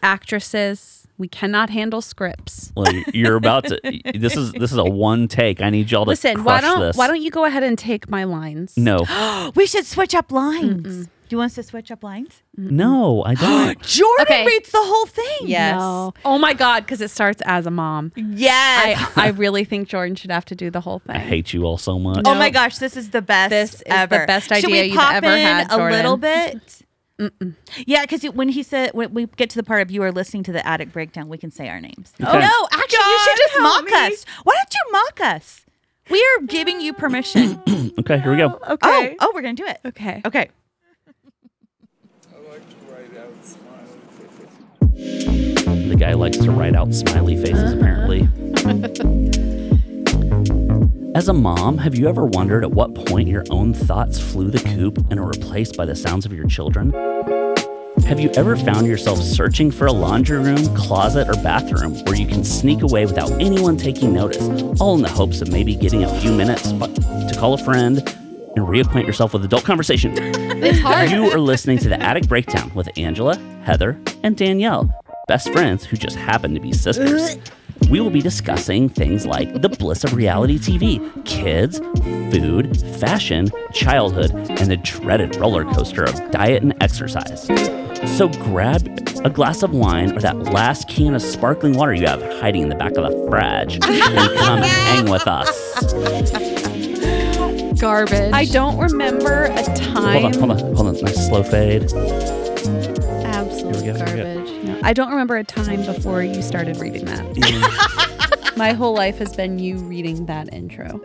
Speaker 3: actresses. We cannot handle scripts.
Speaker 1: well, you're about to. This is this is a one take. I need y'all to
Speaker 3: Listen,
Speaker 1: Crush
Speaker 3: why don't
Speaker 1: this.
Speaker 3: why don't you go ahead and take my lines?
Speaker 1: No,
Speaker 2: We should switch up lines. Do you want us to switch up lines?
Speaker 1: no, I don't.
Speaker 2: Jordan
Speaker 4: Okay.
Speaker 2: reads the whole thing.
Speaker 3: Yes.
Speaker 4: No.
Speaker 3: Oh my God, because it starts as a mom.
Speaker 2: Yes.
Speaker 3: I, I really think Jordan should have to do the whole
Speaker 1: I
Speaker 3: thing.
Speaker 1: hate you all so much.
Speaker 2: Oh my gosh, this is the best.
Speaker 3: This is the
Speaker 2: ever.
Speaker 3: best
Speaker 2: Should
Speaker 3: idea
Speaker 2: we
Speaker 3: you've
Speaker 2: pop
Speaker 3: ever
Speaker 2: in
Speaker 3: had,
Speaker 2: A little
Speaker 3: Jordan.
Speaker 2: bit. Yeah, because when he said when we get to the part of you are listening to the attic breakdown, we can say our names.
Speaker 1: Okay.
Speaker 2: no, actually, you should just mock
Speaker 3: Oh help me.
Speaker 2: us. Why don't you mock us? We are giving you permission.
Speaker 1: Okay, here we go.
Speaker 2: oh, oh, we're gonna do it.
Speaker 3: Okay.
Speaker 2: Okay.
Speaker 1: The guy likes to write out smiley faces, apparently. As a mom, have you ever wondered at what point your own thoughts flew the coop and are replaced by the sounds of your children? Have you ever found yourself searching for a laundry room, closet, or bathroom where you can sneak away without anyone taking notice, all in the hopes of maybe getting a few minutes bu- to call a friend and reacquaint yourself with adult conversation?
Speaker 4: It's hard.
Speaker 1: You are listening to the Attic Breakdown with Angela, Heather, and Danielle, best friends who just happen to be sisters. We will be discussing things like the bliss of reality TV, kids, food, fashion, childhood, and the dreaded roller coaster of diet and exercise. So grab a glass of wine or that last can of sparkling water you have hiding in the back of the fridge and come hang with us.
Speaker 4: garbage.
Speaker 3: I don't remember a time.
Speaker 1: Hold on, hold on, hold on. Nice slow fade.
Speaker 4: absolute
Speaker 1: Here we go, here we go.
Speaker 4: garbage.
Speaker 3: No, I don't remember a time before you started reading that. My whole life has been you reading that intro.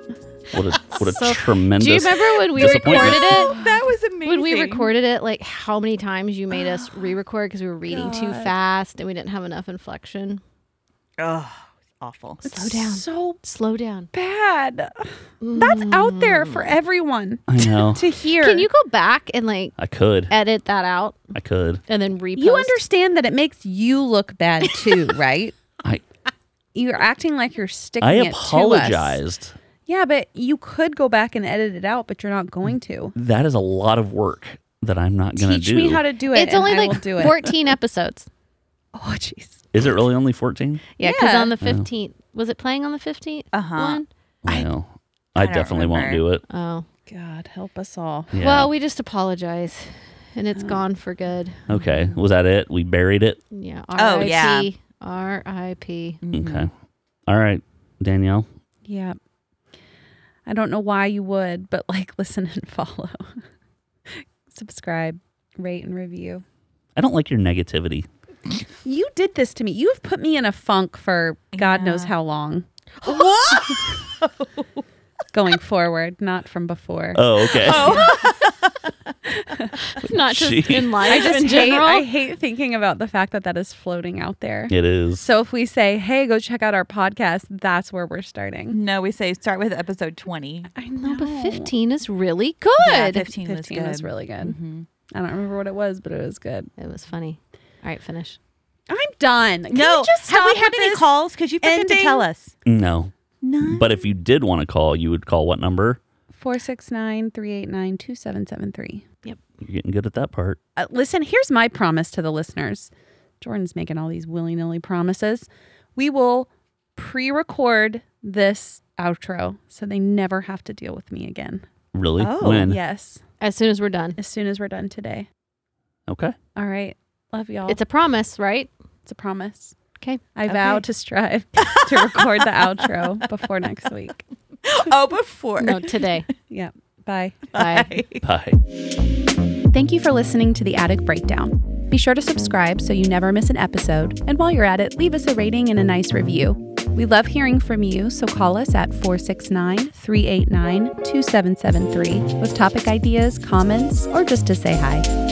Speaker 1: What a, what a
Speaker 4: So-
Speaker 1: tremendous.
Speaker 4: Do you remember when we
Speaker 1: disappointment.
Speaker 4: recorded it?
Speaker 2: That was amazing.
Speaker 4: When we recorded it, like how many times you made us re-record because we were reading too fast and we didn't have enough inflection.
Speaker 2: oh, it's awful.
Speaker 3: Oh,
Speaker 4: Slow down.
Speaker 3: So
Speaker 4: Slow down.
Speaker 3: bad. That's out there for
Speaker 1: Mm.
Speaker 3: everyone
Speaker 1: I know.
Speaker 3: to hear.
Speaker 4: Can you go back and like
Speaker 1: I could.
Speaker 4: edit that out
Speaker 1: I could.
Speaker 4: and then repost?
Speaker 3: You understand that it makes you look bad too, right?
Speaker 1: I
Speaker 3: You're acting like you're sticking
Speaker 1: I
Speaker 3: it to us.
Speaker 1: apologized.
Speaker 3: Yeah, but you could go back and edit it out, but you're not going to.
Speaker 1: That is a lot of work that I'm not going
Speaker 3: Teach
Speaker 1: do.
Speaker 3: me how to do it.
Speaker 4: It's only
Speaker 3: and I will
Speaker 4: like
Speaker 3: do it.
Speaker 4: 14 episodes.
Speaker 3: Oh, jeez.
Speaker 1: is it really only 14?
Speaker 4: Yeah, because
Speaker 3: Yeah.
Speaker 1: Oh.
Speaker 4: on the 15th, was it playing on the 15th?
Speaker 2: Uh-huh.
Speaker 4: one?
Speaker 1: Well, I,
Speaker 2: don't
Speaker 1: definitely won't do
Speaker 2: remember.
Speaker 1: it.
Speaker 4: Oh.
Speaker 3: God help us all.
Speaker 1: Yeah.
Speaker 4: Well, we just apologize and
Speaker 3: Mm.
Speaker 4: it's gone for good.
Speaker 1: okay. Was that it? We buried it?
Speaker 4: Yeah.
Speaker 2: Oh,
Speaker 4: R.I.P.
Speaker 2: yeah.
Speaker 4: R.I.P.
Speaker 2: Mm-hmm.
Speaker 1: Okay. All right, Danielle.
Speaker 3: Yeah. I don't know why you would, but like listen and follow. Subscribe, rate and review.
Speaker 1: I don't like your negativity.
Speaker 3: You did this to me. You have put me in a funk for God knows how long. Going forward, not from before.
Speaker 1: Oh, okay.
Speaker 4: Not just
Speaker 1: Gee.
Speaker 4: in life
Speaker 3: I just
Speaker 4: in
Speaker 3: hate,
Speaker 4: general.
Speaker 3: I hate thinking about the fact that that is floating out there.
Speaker 1: It is.
Speaker 3: So if we say, "Hey, go check out our podcast," that's where we're starting.
Speaker 2: No, we say start with episode 20.
Speaker 3: I
Speaker 4: no,
Speaker 3: know,
Speaker 4: but 15 is really
Speaker 2: Yeah,
Speaker 4: good.
Speaker 2: 15, was
Speaker 3: Fifteen
Speaker 2: good.
Speaker 3: was really good. I don't remember what it was, but it was good.
Speaker 4: it was funny. All right, finish.
Speaker 3: I'm done. Can
Speaker 2: no,
Speaker 3: we just
Speaker 2: have
Speaker 3: stop
Speaker 2: we had
Speaker 3: with
Speaker 2: any
Speaker 3: this?
Speaker 2: calls? Because you forgot to
Speaker 3: ending?
Speaker 2: tell us.
Speaker 1: No.
Speaker 2: No.
Speaker 1: But if you did want to call, you would call what number?
Speaker 3: 469-389-2773.
Speaker 1: You're getting good at that part.
Speaker 3: Uh, listen, here's my promise to the listeners. Jordan's making all these willy-nilly promises. We will pre-record this outro so they never have to deal with me again.
Speaker 1: Really?
Speaker 2: Oh,
Speaker 1: when?
Speaker 3: Yes,
Speaker 4: As soon as we're done.
Speaker 3: as soon as we're done today.
Speaker 1: Okay.
Speaker 3: All right. Love y'all.
Speaker 4: It's a promise, right?
Speaker 3: it's a promise.
Speaker 4: Okay.
Speaker 3: I vow to strive to record the outro before next week.
Speaker 2: Oh, before.
Speaker 4: No, today.
Speaker 3: Yeah. Bye.
Speaker 4: Bye.
Speaker 1: Bye.
Speaker 3: Thank you for listening to the Attic Breakdown. Be sure to subscribe so you never miss an episode. And while you're at it, leave us a rating and a nice review. We love hearing from you, so call us at 469 389 2773 with topic ideas, comments, or just to say hi.